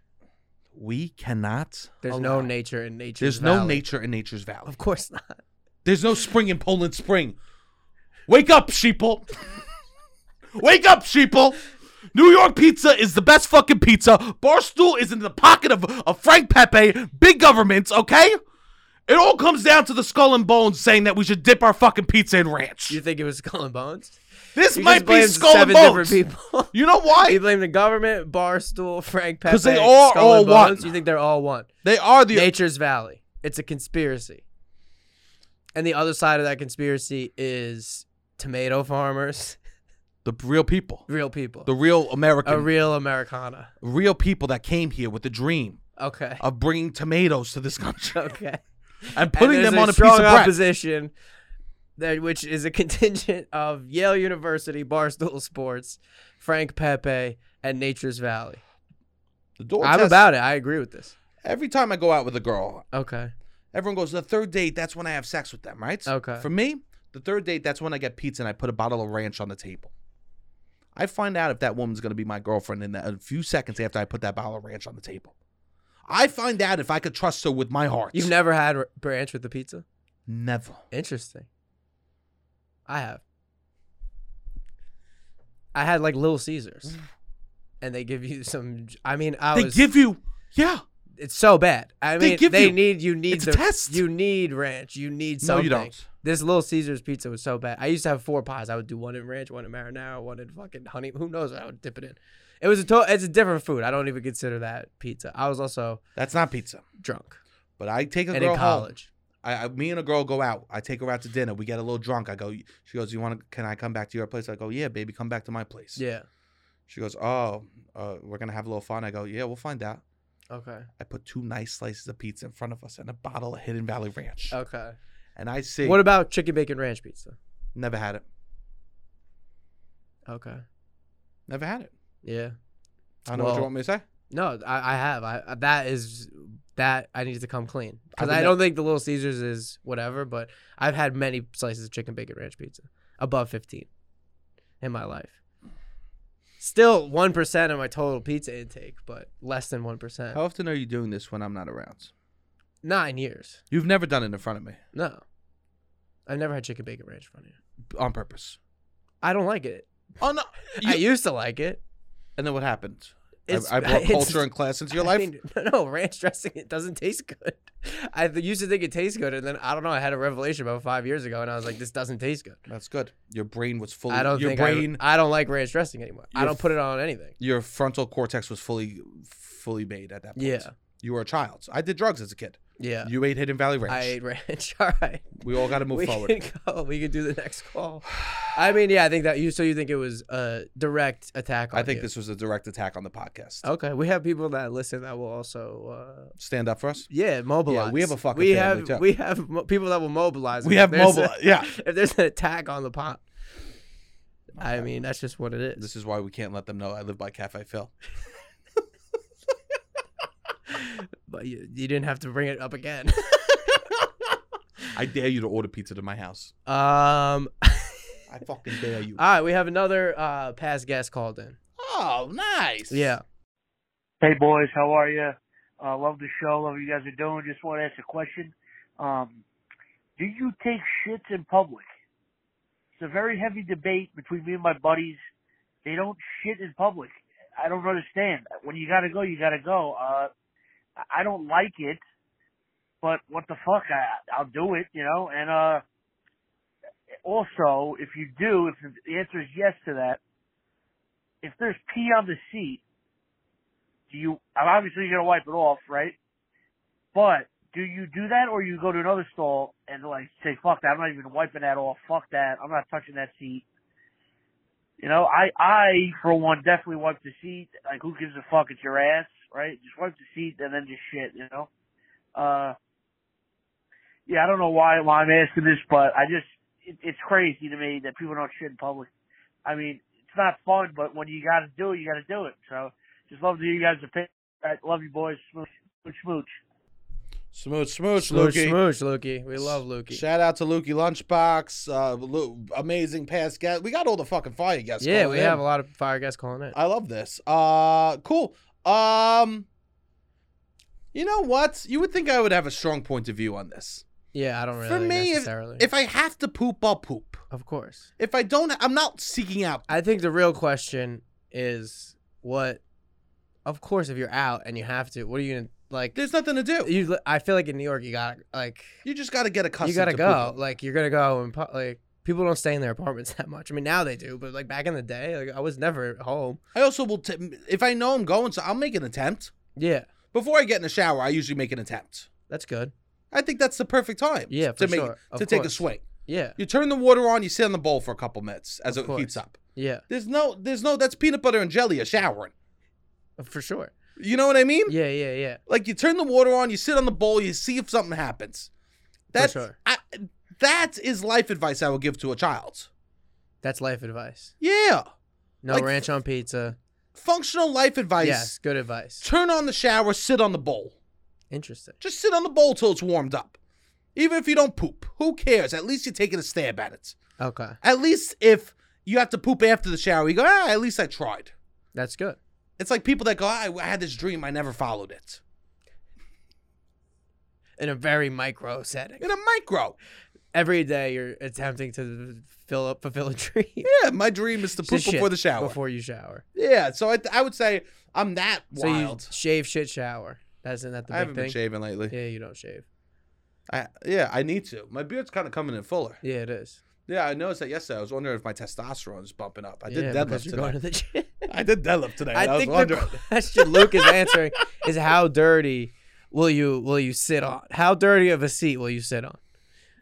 We cannot.
There's
allow-
no nature in nature.
Oh, There's no nature in Nature's Valley.
Of course not.
There's no spring in Poland Spring. Wake up, sheeple. Wake up, sheeple. New York pizza is the best fucking pizza. Barstool is in the pocket of, of Frank Pepe, big governments, okay? It all comes down to the skull and bones saying that we should dip our fucking pizza in ranch.
You think it was skull and bones?
this
You
might be
just blamed
skull and
seven
bones.
different people.
You know
you
why?
blame the government, Barstool, Frank Pepe.
'Cause they are
Skull
all
and Bones.
one.
You think they're all one?
They are the
Nature's Valley. It's a conspiracy. And the other side of that conspiracy is tomato farmers,
the real people,
real people,
the real American,
a real Americana.
real people that came here with the dream
Okay.
of bringing tomatoes to this country
Okay.
and putting
and there's
them on a piece
strong
of bread.
opposition that which is a contingent of Yale University, Barstool Sports, Frank Pepe, and Nature's Valley.
The door
I'm
test-
about it. I agree with this.
Every time I go out with a girl,
Okay.
everyone goes, the third date, that's when I have sex with them, right?
Okay.
For me, the third date, that's when I get pizza and I put a bottle of ranch on the table. I find out if that woman's going to be my girlfriend in a few seconds after I put that bottle of ranch on the table. I find out if I could trust her with my heart.
You've never had r- ranch with the pizza?
Never.
Interesting. I have. I had like Little Caesars, and they give you some. j- I mean, I
Mm. they
was.
give you, yeah.
it's so bad. I
They
mean,
give
they
you-
need you need
it's a
the
test.
you need ranch. You need
No,
something.
you don't.
This Little Caesars pizza was so bad. I used to have four pies. I would do one in ranch, one in marinara, one in fucking honey. Who knows? what I would dip it in. It was a to- it's a different food. I don't even consider that pizza. I was also
That's not pizza.
drunk
But I take a
and
girl
in
home.
college.
I, I, me and a girl go out. I take her out to dinner. We get a little drunk. I go. She goes, "You want to? Can I come back to your place?" I go, "Yeah, baby, come back to my place."
Yeah.
She goes, "Oh, uh, we're gonna have a little fun." I go, "Yeah, we'll find out."
Okay.
I put two nice slices of pizza in front of us and a bottle of Hidden Valley Ranch.
Okay.
And I see.
What about chicken bacon ranch pizza?
never had it.
Okay.
Never had it.
Yeah.
I don't know what you
Well-
want me to say.
No, I, I have. I I- that is that I need to come clean
I
because
would
I,
ne-
don't think the Little Caesars is whatever. But I've had many slices of chicken bacon ranch pizza above fifteen in my life. Still one percent of my total pizza intake, but less than one percent.
How often are you doing this when I'm not around?
Nine years.
You've never done it in front of me
No, I've never had chicken bacon ranch from you.
on purpose.
I don't like it.
Oh no!
I used to like it.
and then what happened? I,
It's-
I brought
it's-
culture and class into your
I
life.
mean, no, no, ranch dressing it doesn't taste good. I th- used to think it tastes good, and then I don't know. I had a revelation about five years ago, and I was like, this doesn't taste good.
That's good. Your brain was fully.
I don't
your
think
brain.
I, I don't like ranch dressing anymore. I
Your
don't put it on anything.
your frontal cortex was fully fully made at that point.
Yeah.
You were a child. I did drugs as a kid.
Yeah,
You ate Hidden Valley Ranch.
I ate ranch. All right,
we all got to move
we
forward.
can go. We can do the next call. I mean, yeah, I think that you. So you think it was a direct attack? On
I think
you. Oh.
this was a direct attack on the podcast.
Okay, we have people that listen that will also. Uh,
Stand up for us.
yeah, mobilize.
we have a fucking
We
family,
have
too.
we have mo- people that will mobilize.
We
if
have
there's a-
mobile. yeah.
if there's an attack on the pot. I mean, that's just what it is.
This is why we can't let them know I live by Cafe Phil.
But you, you didn't have to bring it up again.
I dare you to order pizza to my house.
um,
I fucking dare you.
all right, we have another uh, past guest called in.
oh, nice.
Yeah.
Hey boys, how are you? Uh, love the show. Love what you guys are doing. Just want to ask a question. Um, do you take shits in public? It's a very heavy debate between me and my buddies. They don't shit in public. I don't understand. When you gotta go, you gotta go. Uh, I- I don't like it, but what the fuck? I, I'll do it, you know. And uh, also, if you do, if the answer is yes to that, if there's pee on the seat do you I'm obviously gonna wipe it off, right? But do you do that or you go to another stall and like say, Fuck that, I'm not even wiping that off, fuck that, I'm not touching that seat. You know, I I for one definitely wipe the seat. Like who gives a fuck? It's your ass, right? Just wipe the seat and then just shit, you know? Uh yeah, I don't know why why I'm asking this, but I just it, it's crazy to me that people don't shit in public. I mean, it's not fun, but when you gotta do it, you gotta do it. So just love to hear you guys opinion. All right, love you boys. Smooch, smooch, smooch.
Smooch, smooch,
Smooch,
Lukey.
smooch, Lukey. We love Lukey.
Shout out to Lukey Lunchbox. Uh, Lu- amazing past guest. We got all the fucking fire guests.
yeah,
calling
we
in.
have a lot of fire guests calling in.
I love this. Uh, cool. Um, you know what? You would think I would have a strong point of view on this.
Yeah, I don't really
For me, if,
necessarily.
if I have to poop, I'll poop.
of course.
If I don't, I'm not seeking out.
I think the real question is what. Of course, if you're out and you have to, what are you gonna like?
There's nothing to do.
You, I feel like in New York, you got like
You just got to get accustomed.
you gotta
to
go.
pooping.
Like you're gonna go and pu- like people don't stay in their apartments that much. I mean, now they do, but like back in the day, like I was never at home.
I also will, t- if I know I'm going, so I'll make an attempt
Yeah,
before I get in the shower. I usually make an attempt.
that's good.
I think that's the perfect time.
Yeah,
to
for
make
sure. Of
to take a
course.
swing.
Yeah,
You turn the water on. You sit on the bowl for a couple minutes as
Of
it
course.
heats up.
yeah,
There's no, there's no. That's peanut butter and jelly. A showering.
for sure.
You know what I mean?
Yeah, yeah, yeah.
Like you turn the water on. You sit on the bowl. You see if something happens. That's
sure.
I, that is life advice I would give to a child.
That's life advice.
Yeah,
No
Like-
ranch on pizza.
functional life advice.
Yes, good advice.
Turn on the shower. Sit on the bowl.
Interesting.
Just sit on the bowl till it's warmed up. Even if you don't poop, who cares? At least you're taking a stab at it.
Okay,
At least if you have to poop after the shower, you go, ah, at least I tried.
that's good.
It's like people that go, I, I had this dream, I never followed it.
In a very micro setting.
In a micro.
Every day you're attempting to fill up, fulfill a dream.
Yeah, my dream is to
To
poop before
shit
the shower.
Before you shower.
Yeah, so I, I would say I'm that wild.
So you shave, shit, shower. That's not that the
I haven't
big thing.
been shaving lately.
yeah, you don't shave.
I, yeah, I need to. My beard's kind of coming in fuller.
Yeah, it is.
Yeah, I noticed that yesterday. I was wondering if my testosterone is bumping up. I
yeah,
did deadlift
because you're
today.
going to the gym.
I did deadlift today. I,
I,
was
think
wondering.
the question Luke is answering is how dirty will you will you sit on? How dirty of a seat will you sit on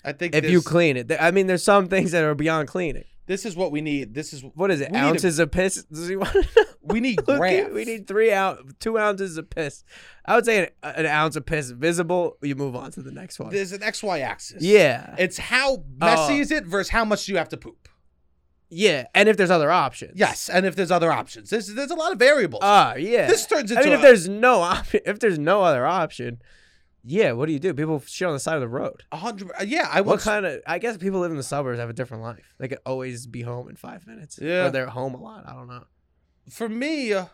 I think
if you
this-
clean it? I mean, there's some things that are beyond cleaning.
this is what we need. This is
What is it?
We need to-
ounces of piss? Does he want to know?
we need
Look,
grams.
we need three out, two ounces of piss. I would say an, an ounce of piss visible. You move on to the next one.
There's an X Y axis.
yeah,
It's how messy
Oh.
is it versus how much do you have to poop.
yeah, and if there's other options.
Yes, and if there's other options, there's there's a lot of variables.
Ah, yeah.
This turns
I mean,
into
if
a-
there's no option, if there's no other option, yeah. What do you do? People shit on the side of the road.
A hundred. uh, Yeah, I
What
once.
kind of? I guess people live in the suburbs have a different life. They could always be home in five minutes.
Yeah.
Or they're home a lot. I don't know.
for me, uh,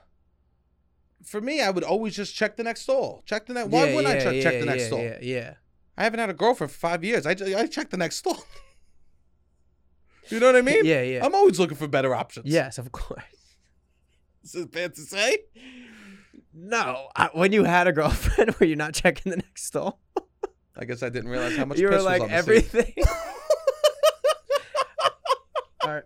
for me, I would always just check the next stall. Check the next. Why
yeah,
wouldn't
yeah,
I check,
yeah,
check the next
yeah,
stall?
Yeah, yeah.
I haven't had a girlfriend for five years. I ju- I check the next stall. you know what I mean?
Yeah, yeah.
I'm always looking for better options.
Yes, of course.
This is bad to say.
No, I, when you had a girlfriend, were you not checking the next stall?
I guess I didn't realize how much
you
piss
were like
was on the seat.
everything. All right.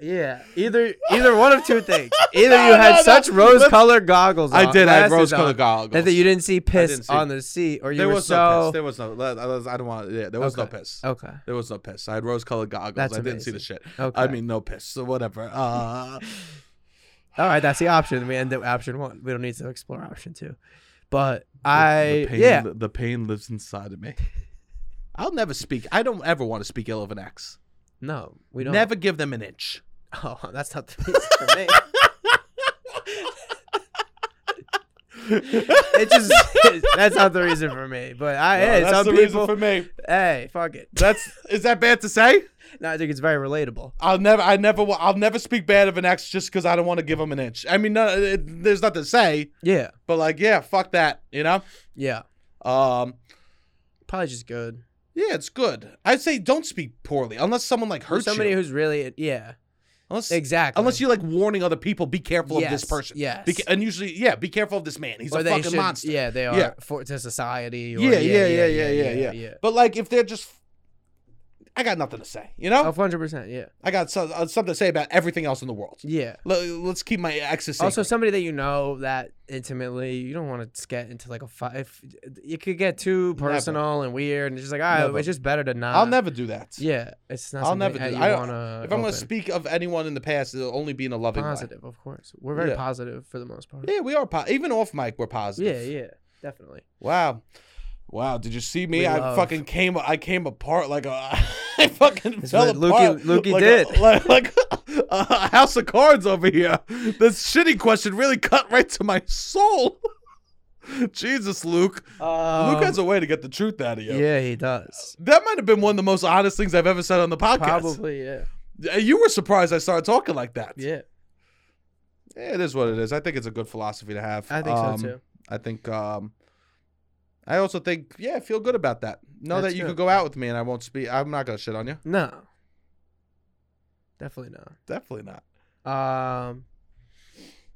Yeah, either either one of two things. Either you
No,
had
no, no.
such rose-colored goggles.
I
on-
did. I had
glasses
rose-colored
on,
goggles.
That you didn't see piss
didn't see-
on the seat, or you
There
were
was
so.
no piss. There was no. I was- I don't want. Yeah, there was
Okay.
no piss.
Okay.
There was no piss. I had rose-colored goggles.
That's
I didn't see the
amazing.
shit.
Okay.
I mean, no piss. So whatever. Uh,
All right, that's the option. We end up option one. We don't need to explore option two. But
the
I
pain,
yeah
the pain lives inside of me. I'll never speak. I don't ever want to speak ill of an ex.
no we don't
Never give them an inch.
Oh, that's not the piece for me. it just that's not the reason for me. But I hey, some people
me.
hey fuck it.
That's is that bad to say?
No, I think it's very relatable.
I'll never, I never, wa- I'll never speak bad of an ex just because I don't want to give them an inch. I mean, no, it, there's nothing to say,
Yeah,
but like, yeah, fuck that, you know.
yeah,
Um,
probably just good.
yeah, it's good. I'd say don't speak poorly unless someone like
For
hurts
somebody
you.
who's really yeah
unless
exactly
Unless you're like warning other people, be careful of this
Yes,
person.
yes.
Be- and usually, yeah, be careful of this man. He's
or
a
they
fucking
should-
monster.
Yeah, they are
Yeah.
for to society. Or,
yeah, yeah, yeah, yeah, yeah, yeah,
yeah.
But like, if they're just, I got nothing to say. You know,
Of hundred percent. Yeah,
I got so, uh, something to say about everything else in the world.
yeah.
L- let's keep my exes. Also,
Also, somebody that you know that intimately, you don't want to get into like a fight. If it could get too
Never.
personal and weird, and it's just like, all
Never.
right, it's just better to not.
I'll never do that.
Yeah, it's not.
I'll never do.
that
That.
you
I don't,
wanna
if I'm
open.
gonna speak of anyone in the past, it'll only be in a loving
positive, of course, we're very
Yeah.
positive for the most part.
Light. Yeah, we are po- even off mic. We're positive.
yeah, yeah, definitely.
Wow. Wow, did you see me?
We
I
love-
fucking came I came apart like a I fucking
That's
fell
what Lukey-
apart.
Lukey
like
did.
A, like like a, a house of cards over here. This shitty question really cut right to my soul. Jesus, Luke. Luke has a way to get the truth out of you.
Um, yeah, he does.
That might have been one of the most honest things I've ever said on the podcast.
Probably, yeah,
Uh, You were surprised I started talking like that.
yeah.
Yeah, it is what it is. I think it's a good philosophy to have.
I think
Um,
so too.
I think um I also think, yeah, I feel good about that. Know
That's
that you
good.
could go out with me and I won't speak. I'm not gonna shit on you.
No. Definitely not.
Definitely not.
Um,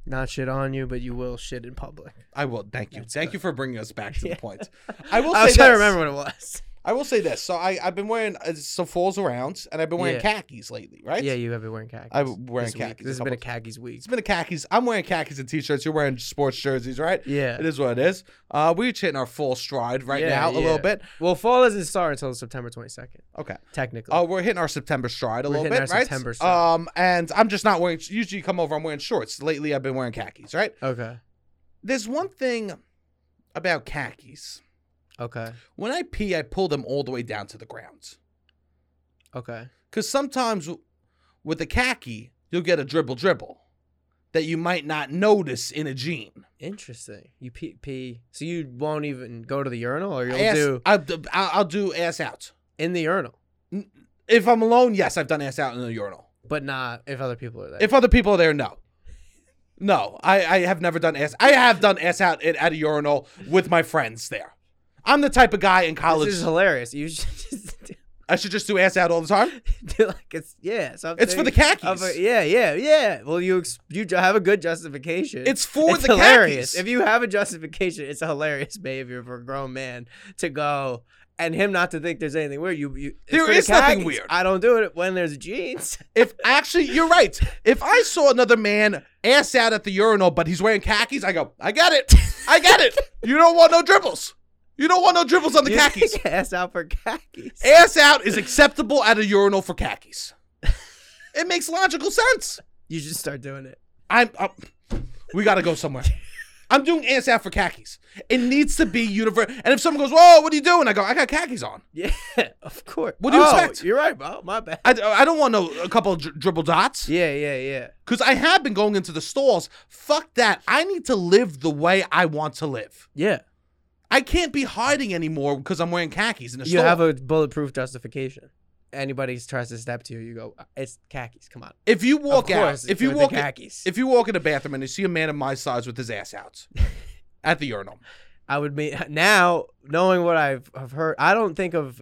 not shit on you, but you will shit in public.
I will. Thank you.
That's
Thank
good.
you for bringing us back to
Yeah.
the point. I will
I
say
was trying to
this.
remember what it was.
I will say this. So I I've been wearing uh, some falls around and I've been wearing
Yeah.
khakis lately, right?
Yeah, you have been wearing khakis.
I've been wearing
this week.
khakis a
This has been a
couple
khakis week.
It's been a khakis. I'm wearing khakis and t-shirts. You're wearing sports jerseys, right? It
Yeah.
is what it is. Uh, we're hitting our full stride right
Yeah,
now a little
yeah.
bit.
Well, fall doesn't start until September 22nd,
Okay.
technically.
Oh, we're hitting our September stride a
We're
little
hitting
bit,
our
right?
September stride.
um, and I'm just not wearing. Usually, you come over, I'm wearing shorts. Lately, I've been wearing khakis, right?
Okay.
There's one thing about khakis.
Okay.
When I pee, I pull them all the way down to the ground.
Okay.
Because sometimes w- with a khaki, you'll get a dribble dribble that you might not notice in a jean.
Interesting. You pee, pee. So you won't even go to the urinal, or you'll
Ass-
do
I'll, d- I'll I'll do ass out.
in the urinal,
If I'm alone, yes, I've done ass out in the urinal.
but not if other people are there.
If other people are there, no. No, I, I have never done ass. I have done ass out at, at a urinal with my friends there. I'm the type of guy in college.
this is hilarious. You should just do,
I should just do ass out all the time.
do like it's yeah. Something
It's for the khakis.
of a- yeah, yeah, yeah. Well, you ex- you ju- have a good justification.
It's for
It's
the
hilarious.
khakis.
If you have a justification, it's a hilarious behavior for a grown man to go and him not to think there's anything weird. You, you it's
There
for the
is nothing
khakis.
weird.
I don't do it when there's jeans.
If actually, you're right. If I saw another man ass out at the urinal, but he's wearing khakis, I go, I got it. I got it. You don't want no dribbles. You don't want no dribbles on the
You
khakis. Eh.
take ass out for khakis.
Ass out is acceptable at a urinal for khakis. It makes logical sense.
you should start doing it.
I'm. i we gotta go somewhere. I'm doing ass out for khakis. It needs to be universal. And if someone goes, "Whoa, what are you doing?" I go, "I got khakis on.
Yeah, of course.
What do you
Oh,
expect?
You're right, bro. My bad.
I, I don't want no a couple of dri- dribble dots."
Yeah, yeah, yeah.
Because I have been going into the stalls. Fuck that. I need to live the way I want to live.
Yeah.
I can't be hiding anymore because I'm wearing khakis in the
You
store.
have a bulletproof justification. Anybody tries to step to you, you go, it's khakis. Come on.
if you
Of
walk out,
course,
if you
with the
walk, in,
khakis,
if you walk in a bathroom and you see a man of my size with his ass out at the urinal,
I would be now knowing what I've, have heard. I don't think of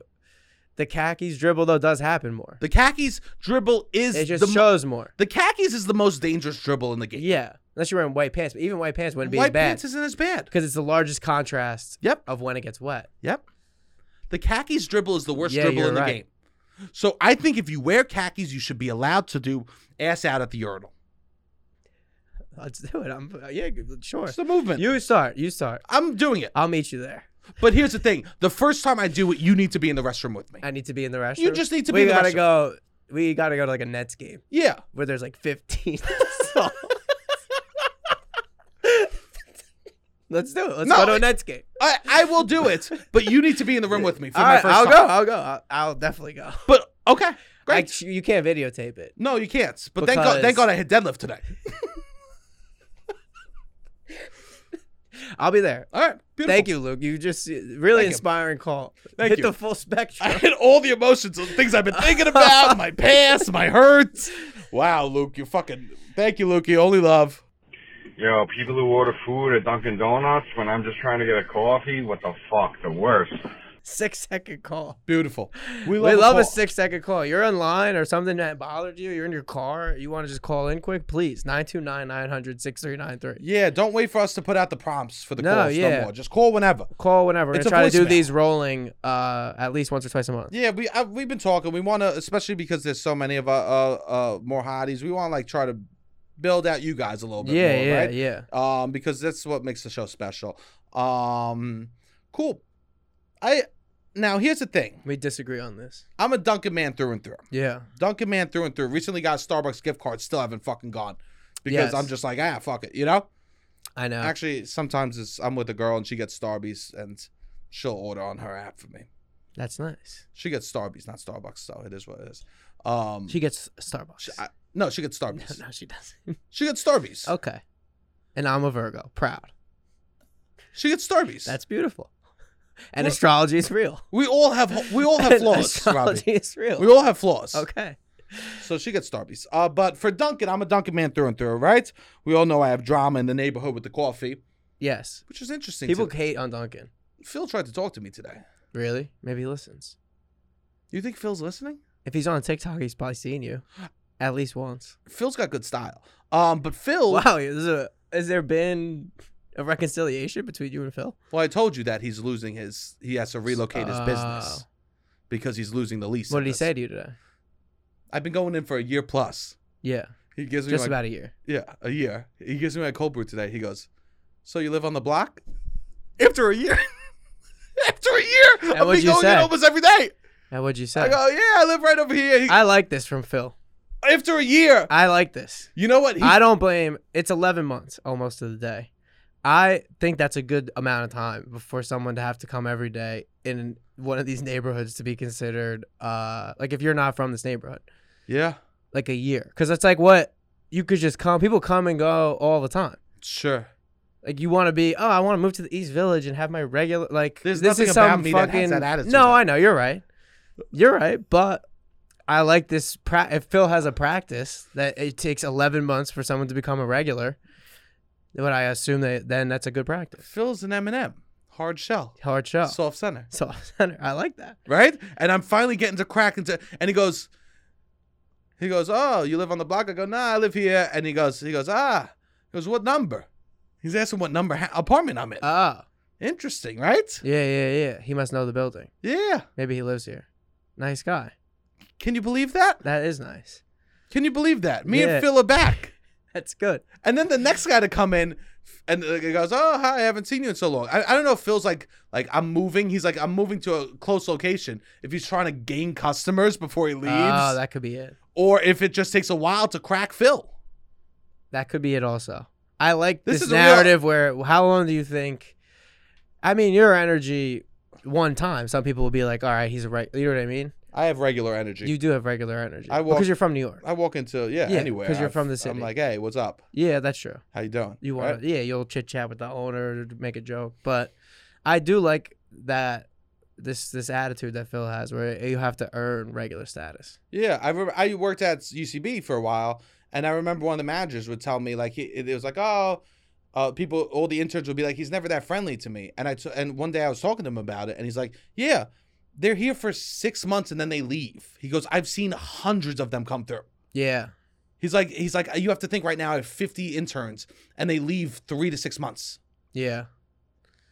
the khakis dribble though does happen more.
the khakis dribble is
It just
the mo-
shows more.
the khakis is the most dangerous dribble in the game.
Yeah, unless you're wearing white pants, but even white pants wouldn't be
White
as bad
pants isn't as bad.
because it's the largest contrast
Yep,
of when it gets wet.
yep. The khakis dribble is the worst
Yeah,
dribble
you're
in the
right.
game. So I think if you wear khakis, you should be allowed to do ass out at the urinal.
Let's do it. I'm yeah, sure.
It's the movement.
You start. You start.
I'm doing it.
I'll meet you there.
But here's the thing: the first time I do it, you need to be in the restroom with me.
I need to be in the restroom.
You just need to
we
be in the
gotta
restroom.
go. We gotta go to like a Nets game
Yeah,
where there's like 15. Let's do it. Let's
No,
go to a
it-
Nets game.
I, I will do it, but you need to be in the room with me for
All
my
right,
first
I'll
time.
go. I'll go. I'll, I'll definitely go.
But okay, great.
Like you can't videotape it.
no, you can't. But thank God,
Because-
thank God I hit deadlift today.
I'll be there.
All right, beautiful.
Thank you, Luke. You just uh,
Thank
really
you.
inspiring call.
Thank
Hit
you.
the full
I
spectrum.
hit all the emotions of things I've been thinking about, my past, my hurts. Wow, Luke, you fucking. Thank you, Luke. You only love.
Yo, people who order food at Dunkin' Donuts when I'm just trying to get a coffee, what the fuck? The worst.
six second call.
Beautiful.
We love, a,
call.
six second call. You're online or something that bothered you. You're in your car. You want to just call in quick, please. 929 900 6393.
Yeah, don't wait for us to put out the prompts for the
No,
calls no
yeah.
more. Just call whenever.
Call whenever. We're
It's
gonna try
a
to do
voicemail.
these rolling uh, at least once or twice a month.
Yeah, we I, we've been talking. We want to, especially because there's so many of our uh, uh, more hotties. We want to like try to build out you guys a little bit
Yeah,
more,
yeah,
right?
yeah.
Um, because that's what makes the show special. Um, cool. I now here's the thing.
We disagree on this.
I'm a Dunkin' man through and through.
Yeah.
Dunkin' man through and through. Recently got a Starbucks gift card. Still haven't fucking gone because
Yes.
I'm just like ah fuck it, you know.
I know.
Actually, sometimes it's, I'm with a girl and she gets Starbucks and she'll order on her app for me.
That's nice.
She gets Starbucks, not Starbucks. So it is what it is. Um,
She gets Starbucks.
She- I- no, she gets
no,
Starbucks.
no, she doesn't.
She gets Starbucks.
okay. And I'm a Virgo. Proud.
She gets Starbucks.
That's beautiful. And
Well-
astrology is real.
we all have we all have
And
flaws,
astrology
Robbie.
is real.
We all have flaws.
okay.
So she gets Starbucks. Uh, but for Duncan, I'm a Duncan man through and through, right? We all know I have drama in the neighborhood with the coffee,
Yes.
which is interesting.
People
to-
hate on Duncan.
Phil tried to talk to me today.
Really? Maybe he listens.
You think Phil's listening?
If he's on TikTok, he's probably seen you at least once.
Phil's got good style. Um, but Phil,
Wow, is a, has there been a reconciliation between you and Phil?
well, I told you that he's losing his. He has to relocate his business
Oh.
because he's losing the lease.
What
on
did he
this.
say to you today?
I've been going in for a year plus.
Yeah,
He gives me
just
my-
about a year.
yeah, a year. He gives me my cold brew today. He goes, "So you live on the block?" After a year, after a year
And
of me
what'd you
going in
say?
almost every day,
And what'd you say?
I
I,
go, "Yeah, I live right over here." He,
like this from Phil.
after a year,
I like this.
you know what? He,
I don't blame. It's 11 months almost to the day. I think that's a good amount of time for someone to have to come every day in one of these neighborhoods to be considered, uh, like if you're not from this neighborhood,
yeah,
like a year. Because it's like what you could just come. People come and go all the time.
sure.
Like you want to be, oh, I want to move to the East Village and have my regular like.
There's
this
nothing
is
about
some
me that has
fucking.
that attitude,
no,
though.
I know you're right. You're right, but I like this. Pra- if Phil has a practice that it takes 11 months for someone to become a regular, then I assume that then that's a good practice.
Phil's an M&M, hard shell,
Hard shell. So,
soft center.
I like that.
right? And I'm finally getting to crack into. And he goes, he goes, oh, you live on the block? I go, nah, I live here. And he goes, he goes, ah, he goes, what number? He's asking what number ha- apartment I'm in.
Oh,
Interesting, right?
yeah, yeah, yeah. He must know the building.
Yeah.
Maybe he lives here. Nice guy.
Can you believe that?
That is nice.
Can you believe that? Me
Yeah.
and Phil are back.
That's good.
And then the next guy to come in, and uh, he goes, "Oh, hi, I haven't seen you in so long." I, I don't know if Phil's like, like I'm moving. He's like, I'm moving to a close location. If he's trying to gain customers before he leaves,
Oh, that could be it.
or if it just takes a while to crack Phil.
That could be it also. I like
This
this,
is a real-
narrative where how long do you think I mean your energy one time some people will be like all right he's a right you know what I mean?
I have regular energy.
You do have regular energy
I walk-
because you're from New York.
I walk into yeah,
Yeah,
anywhere
'cause you're
I've-
from the
I'm
city.
like, hey, what's up?
yeah, that's true.
How you doing?
You want
Right?
to yeah, you'll chit chat with the owner, make a joke, but I do like that this this attitude that Phil has where you have to earn regular status.
Yeah, I remember I worked at UCB for a while, and I remember one of the managers would tell me like he, it was like oh. Uh, people, all the interns would be like, "He's never that friendly to me." And I, t- and one day I was talking to him about it, and he's like, "Yeah, they're here for six months and then they leave." He goes, "I've seen hundreds of them come through."
Yeah.
He's like, "He's like, you have to think right now. I have fifty interns, and they leave three to six months."
Yeah.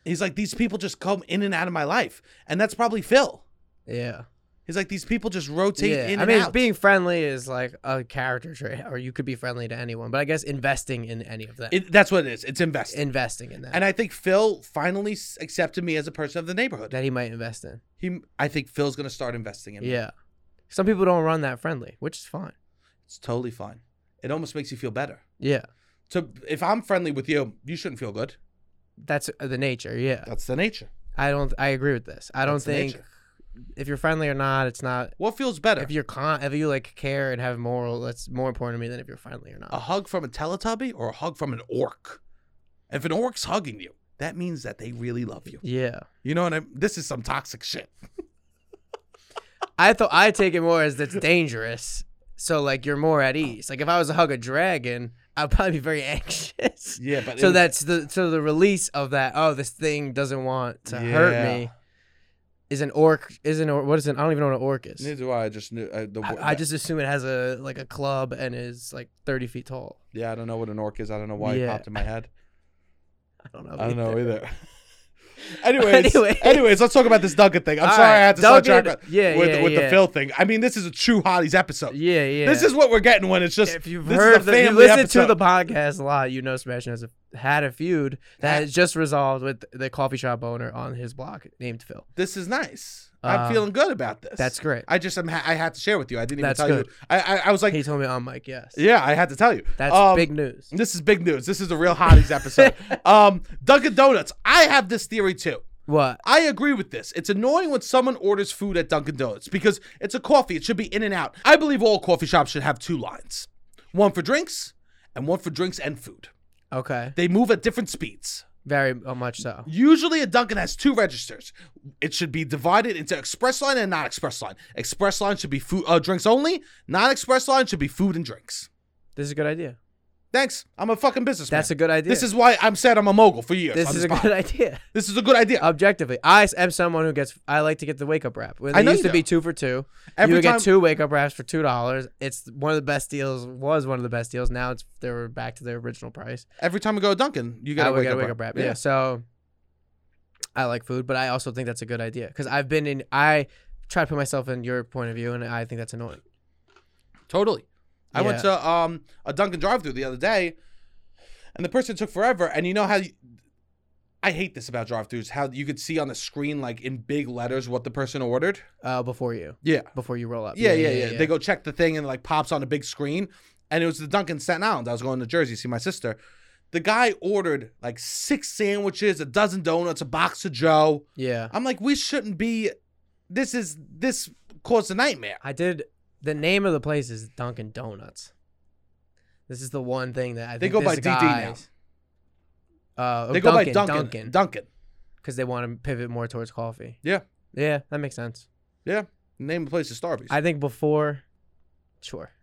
He's like, "These people just come in and out of my life, and that's probably Phil."
Yeah.
He's like these people just rotate
yeah.
in
I
and
mean,
out.
being friendly is like a character trait, or you could be friendly to anyone. But I guess investing in any of that,
It- that's what it is. It's investing.
investing in that,
and I think Phil finally s- accepted me as a person of the neighborhood.
that he might invest in.
He, I think Phil's gonna start investing in me.
Yeah, some people don't run that friendly, which is fine.
It's totally fine. It almost makes you feel better.
Yeah,
So if I'm friendly with you, you shouldn't feel good.
that's uh, the nature. Yeah,
That's the nature.
I don't. I agree with this. I don't
That's the
think
nature.
if you're friendly or not, it's not.
What feels better?
If you're con, if you like care and have moral, that's more important to me than if you're friendly or not.
a hug from a Teletubby or a hug from an orc? If an orc's hugging you, that means that they really love you.
Yeah,
You know what I mean? This is some toxic shit.
I thought I take it more as that's dangerous. So like you're more
Oh.
at ease. Like if I was to hug a dragon, I'd probably be very anxious.
Yeah, but
so
it-
that's the so the release of that. Oh, this thing doesn't want to hurt
Yeah.
me. Is an orc? Is an or, what is an? I don't even know what an orc is.
Neither do I. I just knew. I, the,
I, I just assume it has a like a club and is like thirty feet tall.
yeah. I don't know what an orc is. I don't know why it
Yeah.
popped in my head.
I don't know.
I don't know
either.
either. anyways, anyways,
Anyways.
let's talk about this Duncan thing. I'm
All
sorry I
right,
had to
Duncan-
sidetrack with,
yeah,
with,
yeah,
with the
yeah.
Phil thing. I mean, this is a true hotties episode.
Yeah, yeah.
This is what we're getting when it's just
if you've
this
heard,
is a
the, if you
family
listen
episode.
to the podcast a lot, you know Smash has a, had a feud that has just resolved with the coffee shop owner on his block named Phil.
This is nice.
Um,
I'm feeling good about this.
That's great.
I just am ha- I had to share with you. I didn't even
That's
tell
good.
you. I, I I was like,
he told me on Mike, yes.
yeah, I had to tell you.
That's
Um,
big news.
This is big news. This is a real hotties episode. um, Dunkin' Donuts. I have this theory too.
What?
I agree with this. It's annoying when someone orders food at Dunkin' Donuts because it's a coffee. It should be in and out. I believe all coffee shops should have two lines one for drinks and one for drinks and food.
Okay.
They move at different speeds.
Very uh, much so.
Usually, a Dunkin' has two registers. It should be divided into express line and non express line. Express line should be food, uh, drinks only, non express line should be food and drinks.
This is a good idea.
Thanks. I'm a fucking businessman.
That's a good idea.
This is why I'm sad I'm a mogul for years.
this
on
is a
pod.
good idea.
This is a good idea.
Objectively, I am someone who gets. I like to get the wake up wrap. When
I
I
know
used
you
to be
do.
two for two.
Every
you would
time-
get two wake up wraps for two dollars. It's one of the best deals. Was one of the best deals. Now it's they were back to their original price.
Every time we go to Dunkin', you
I
gotta
would
wake,
get
up,
a wake
early.
up wrap. Yeah. So I like food, but I also think that's a good idea because I've been in. I try to put myself in your point of view, and I think that's annoying.
Totally. I went
Yeah.
to um a Dunkin' drive-through the other day, and the person took forever. And you know how you, I hate this about drive-throughs? How you could see on the screen like in big letters what the person ordered.
Uh, before you,
Yeah.
before you roll up.
Yeah, yeah, yeah. They go check the thing and it, like pops on a big screen. And it was the Dunkin' Staten Island. I was going to Jersey to see my sister. The guy ordered like six sandwiches, a dozen donuts, a box of Joe.
Yeah.
I'm like, we shouldn't be. This is this caused a nightmare.
I did. The name of the place is Dunkin' Donuts. This is the one thing that I
They
think
go
this
by DD now.
guy's- Uh,
They go
Dunkin',
by Dunkin'. Dunkin'.
because they want to pivot more towards coffee.
Yeah.
Yeah, that makes sense.
Yeah. Name of the place is Starbucks.
I think before, sure.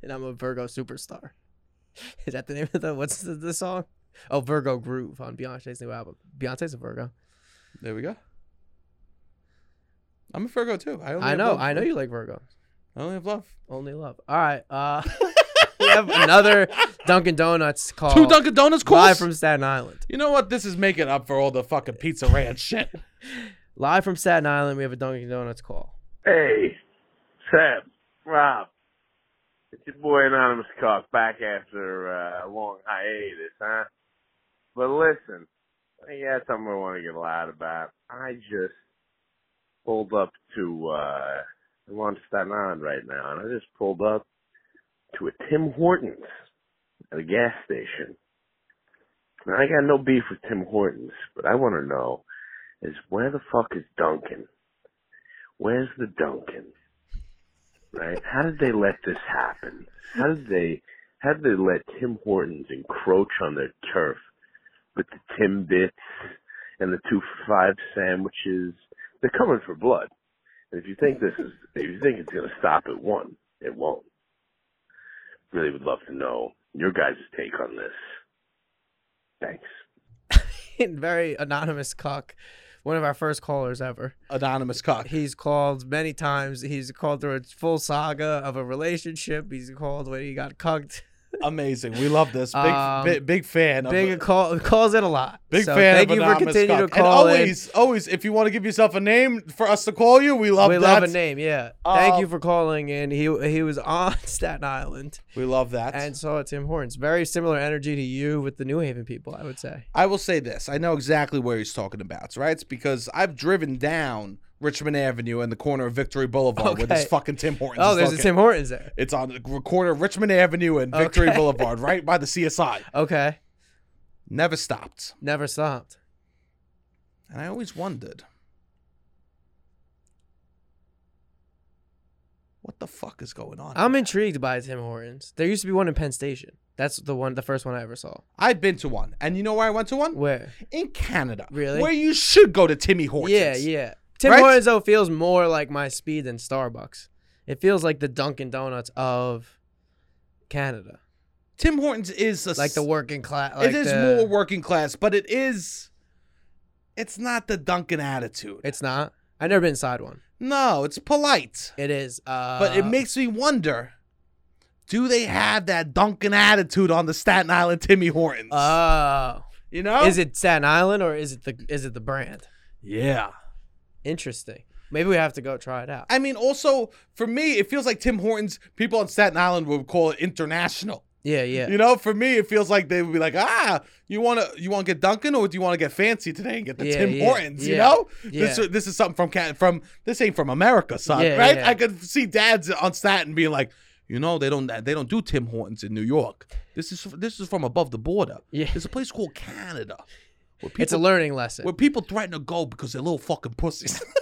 And I'm a Virgo superstar. Is that the name of the what's the, the song? Oh, Virgo Groove on Beyonce's new album. Beyonce's a Virgo.
there we go. I'm a Virgo too. I, only
I
have
know,
love.
I know you like Virgo.
I only have love.
Only love. All right. Uh, we have another Dunkin' Donuts call.
Two Dunkin' Donuts calls.
Oh, Live from Staten Island.
you know what? This is making up for all the fucking pizza ranch shit.
Live from Staten Island, we have a Dunkin' Donuts call.
Hey, Sam, Rob, it's your boy Anonymous Cock back after uh, a long hiatus, huh? But listen, yeah, something I want to get loud about. I just pulled up to, uh, I'm on Staten Island right now, and I just pulled up to a Tim Hortons at a gas station. Now, I got no beef with Tim Hortons, but I want to know is where the fuck is Duncan? where's the Duncan? Right? How did they let this happen? How did they how did they let Tim Hortons encroach on their turf with the Tim bits and the two for five sandwiches? They're coming for blood. And if you think this is if you think it's gonna stop at one, it won't. Really would love to know your guys' take on this. Thanks.
Very anonymous cock. One of our first callers ever.
Anonymous cock.
He's called many times. He's called through a full saga of a relationship. He's called when he got cucked.
Amazing. We love this. Big
Um,
big, big fan. Of,
Big call calls in a lot.
Big
So
fan
Thank
of
you for
anonymous
continuing
cock.
to call
And
in.
always, always, if you want to give yourself a name for us to call you, we love
we
that.
love a name, yeah.
Uh,
Thank you for calling in. He he was on Staten Island
We love that.
and saw Tim Hortons. Very similar energy to you with the New Haven people, I would say.
I will say this. I know exactly where he's talking about, right? It's because I've driven down Richmond Avenue and the corner of Victory Boulevard where this
Okay.
fucking Tim Hortons
Oh,
is
there's a
located.
Tim Hortons there.
It's on the corner of Richmond Avenue and Victory
Okay.
Boulevard, right by the CSI.
Okay,
Never stopped.
never stopped.
And I always wondered what the fuck is going on?
I'm
here?
intrigued by Tim Hortons. There used to be one in Penn Station. That's the one, the first one I ever saw.
I've been to one. And you know where I went to one?
Where?
In Canada.
Really?
Where you should go to Timmy Hortons.
Yeah, yeah. Tim
Right?
Hortons though feels more like my speed than Starbucks. It feels like the Dunkin' Donuts of Canada,
Tim Hortons is a
like the
s-
working class.
it is more working class, but it is. It's not the Duncan attitude.
It's not. I've never been inside one.
no, it's polite,
It is. Uh,
but it makes me wonder: Do they have that Duncan attitude on the Staten Island Timmy Hortons?
Oh,
you know,
is it Staten Island or is it the is it the brand?
Yeah.
Interesting. Maybe we have to go try it out.
I mean, also for me, it feels like Tim Hortons. People on Staten Island would call it international.
Yeah, yeah.
You know, for me, it feels like they would be like, ah, you want to you want to get Duncan or do you want to get fancy today and get the
Yeah,
Tim
yeah,
Hortons? You
yeah,
know,
yeah.
this this is something from Can- from this ain't from America, son.
Yeah,
right?
yeah.
I could see dads on Staten being like, you know, they don't they don't do Tim Hortons in New York. This is this is from above the border.
Yeah.
there's a place called Canada where people
It's a learning lesson.
where people threaten to go because they're little fucking pussies.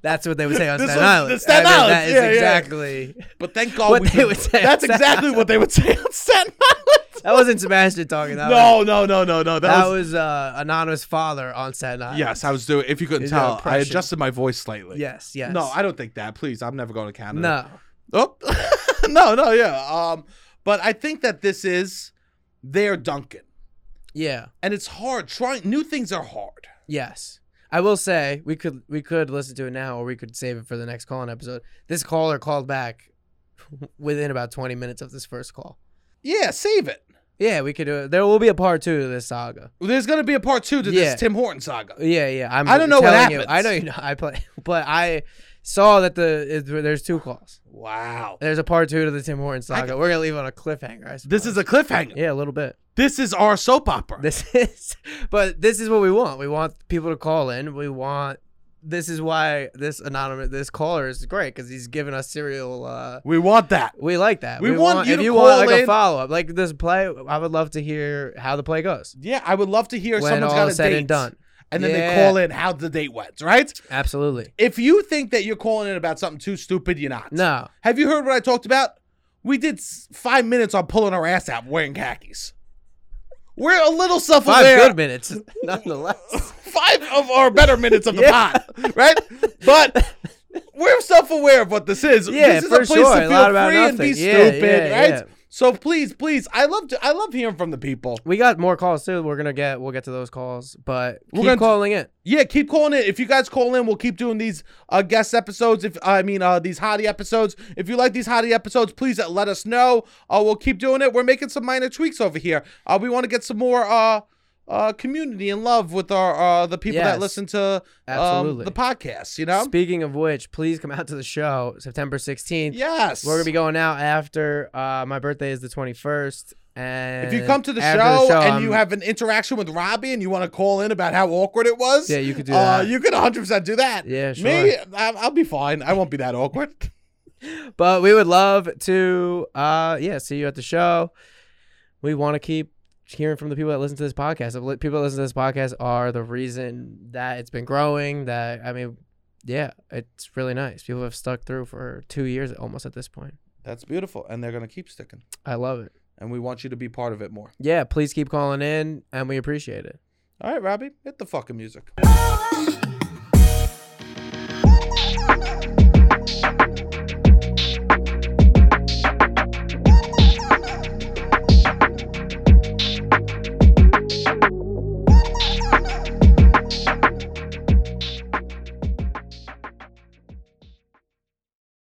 That's what they would say on
This
Staten
was-
Island.
the Staten
I mean,
Island,
That is
yeah, yeah.
exactly.
but thank God
What
we
they
did-
would say on
That's
Staten
exactly what they would say on Staten Island.
That wasn't Sebastian talking. That was,
No, no, no, no, no. That,
that
was
was uh, anonymous father on Staten Island.
Yes, I was doing. If you couldn't
Is that
tell, I
oppression?
adjusted my voice slightly.
Yes. Yes.
No, I don't think that. Please, I'm never going to Canada.
No.
No. Oh. no, no, yeah. Um, but I think that this is their Duncan,
Yeah.
and it's hard. Trying new things are hard.
Yes. I will say we could we could listen to it now or we could save it for the next call in episode. This caller called back within about 20 minutes of this first call.
Yeah, save it.
Yeah, we could do it. There will be a part 2 to this saga.
There's gonna be a part two to
Yeah.
this Tim Horton saga.
Yeah, yeah. I'm
I don't know what
telling you.
happens.
I know you know I play but I saw that the it, there's two calls.
Wow,
There's a part 2 to the Tim Hortons saga. We're going to leave it on a cliffhanger. I
this
suppose.
is a cliffhanger.
Yeah, a little bit.
This is our soap opera.
This is, but this is what we want. We want people to call in. We want. This is why this anonymous this caller is great because he's giving us serial. Uh,
we want that.
we like that.
We want you
if
to
you
call
want like
in.
a follow up, like this play. I would love to hear how the play goes
Yeah, I would love to hear
when
someone's
all
got a
is said
date
and done.
and then
Yeah.
they call in how the date went. Right?
Absolutely.
If you think that you're calling in about something too stupid, you're not.
No.
Have you heard what I talked about? We did s- five minutes on pulling our ass out wearing khakis. We're a little
Five
self-aware.
good minutes, nonetheless.
five of our better minutes of the
Yeah.
pod, right? But we're self-aware of what this is.
Yeah,
this is
for
a place
sure.
to
A
feel
lot about
free and be
nothing. Yeah,
stupid,
yeah,
right?
yeah.
So please, please, I love to, I love hearing from the people.
we got more calls too. We're gonna get. We'll get to those calls, but
We're
keep
gonna-
calling in.
Yeah, keep calling it. If you guys call in, we'll keep doing these uh, guest episodes. If I mean uh, these hottie episodes. If you like these hottie episodes, please uh, let us know. Uh, we'll keep doing it. We're making some minor tweaks over here. Uh, we want to get some more uh, uh, community and love with our uh, the people that
Yes.
listen to um,
Absolutely.
the podcast. You know,
Speaking of which, please come out to the show September sixteenth.
yes,
We're gonna be going out after uh, my birthday is the twenty first, and
If you come to the
after um,
show, and
I'm-
you have an interaction with Robbie and you want to call in about how awkward it was,
yeah, you could do
uh,
that.
you can 100% do that.
yeah, sure.
Me, I, I'll be fine. I won't be that awkward.
But we would love to, uh, yeah, see you at the show. We want to keep hearing from the people that listen to this podcast. The li- People that listen to this podcast are the reason that it's been growing. That I mean, yeah, it's really nice. People have stuck through for two years almost at this point.
That's beautiful. And they're going to keep sticking.
I love it.
and we want you to be part of it more.
Yeah, please keep calling in, and we appreciate it.
All right, Robbie, hit the fucking music.
Oh,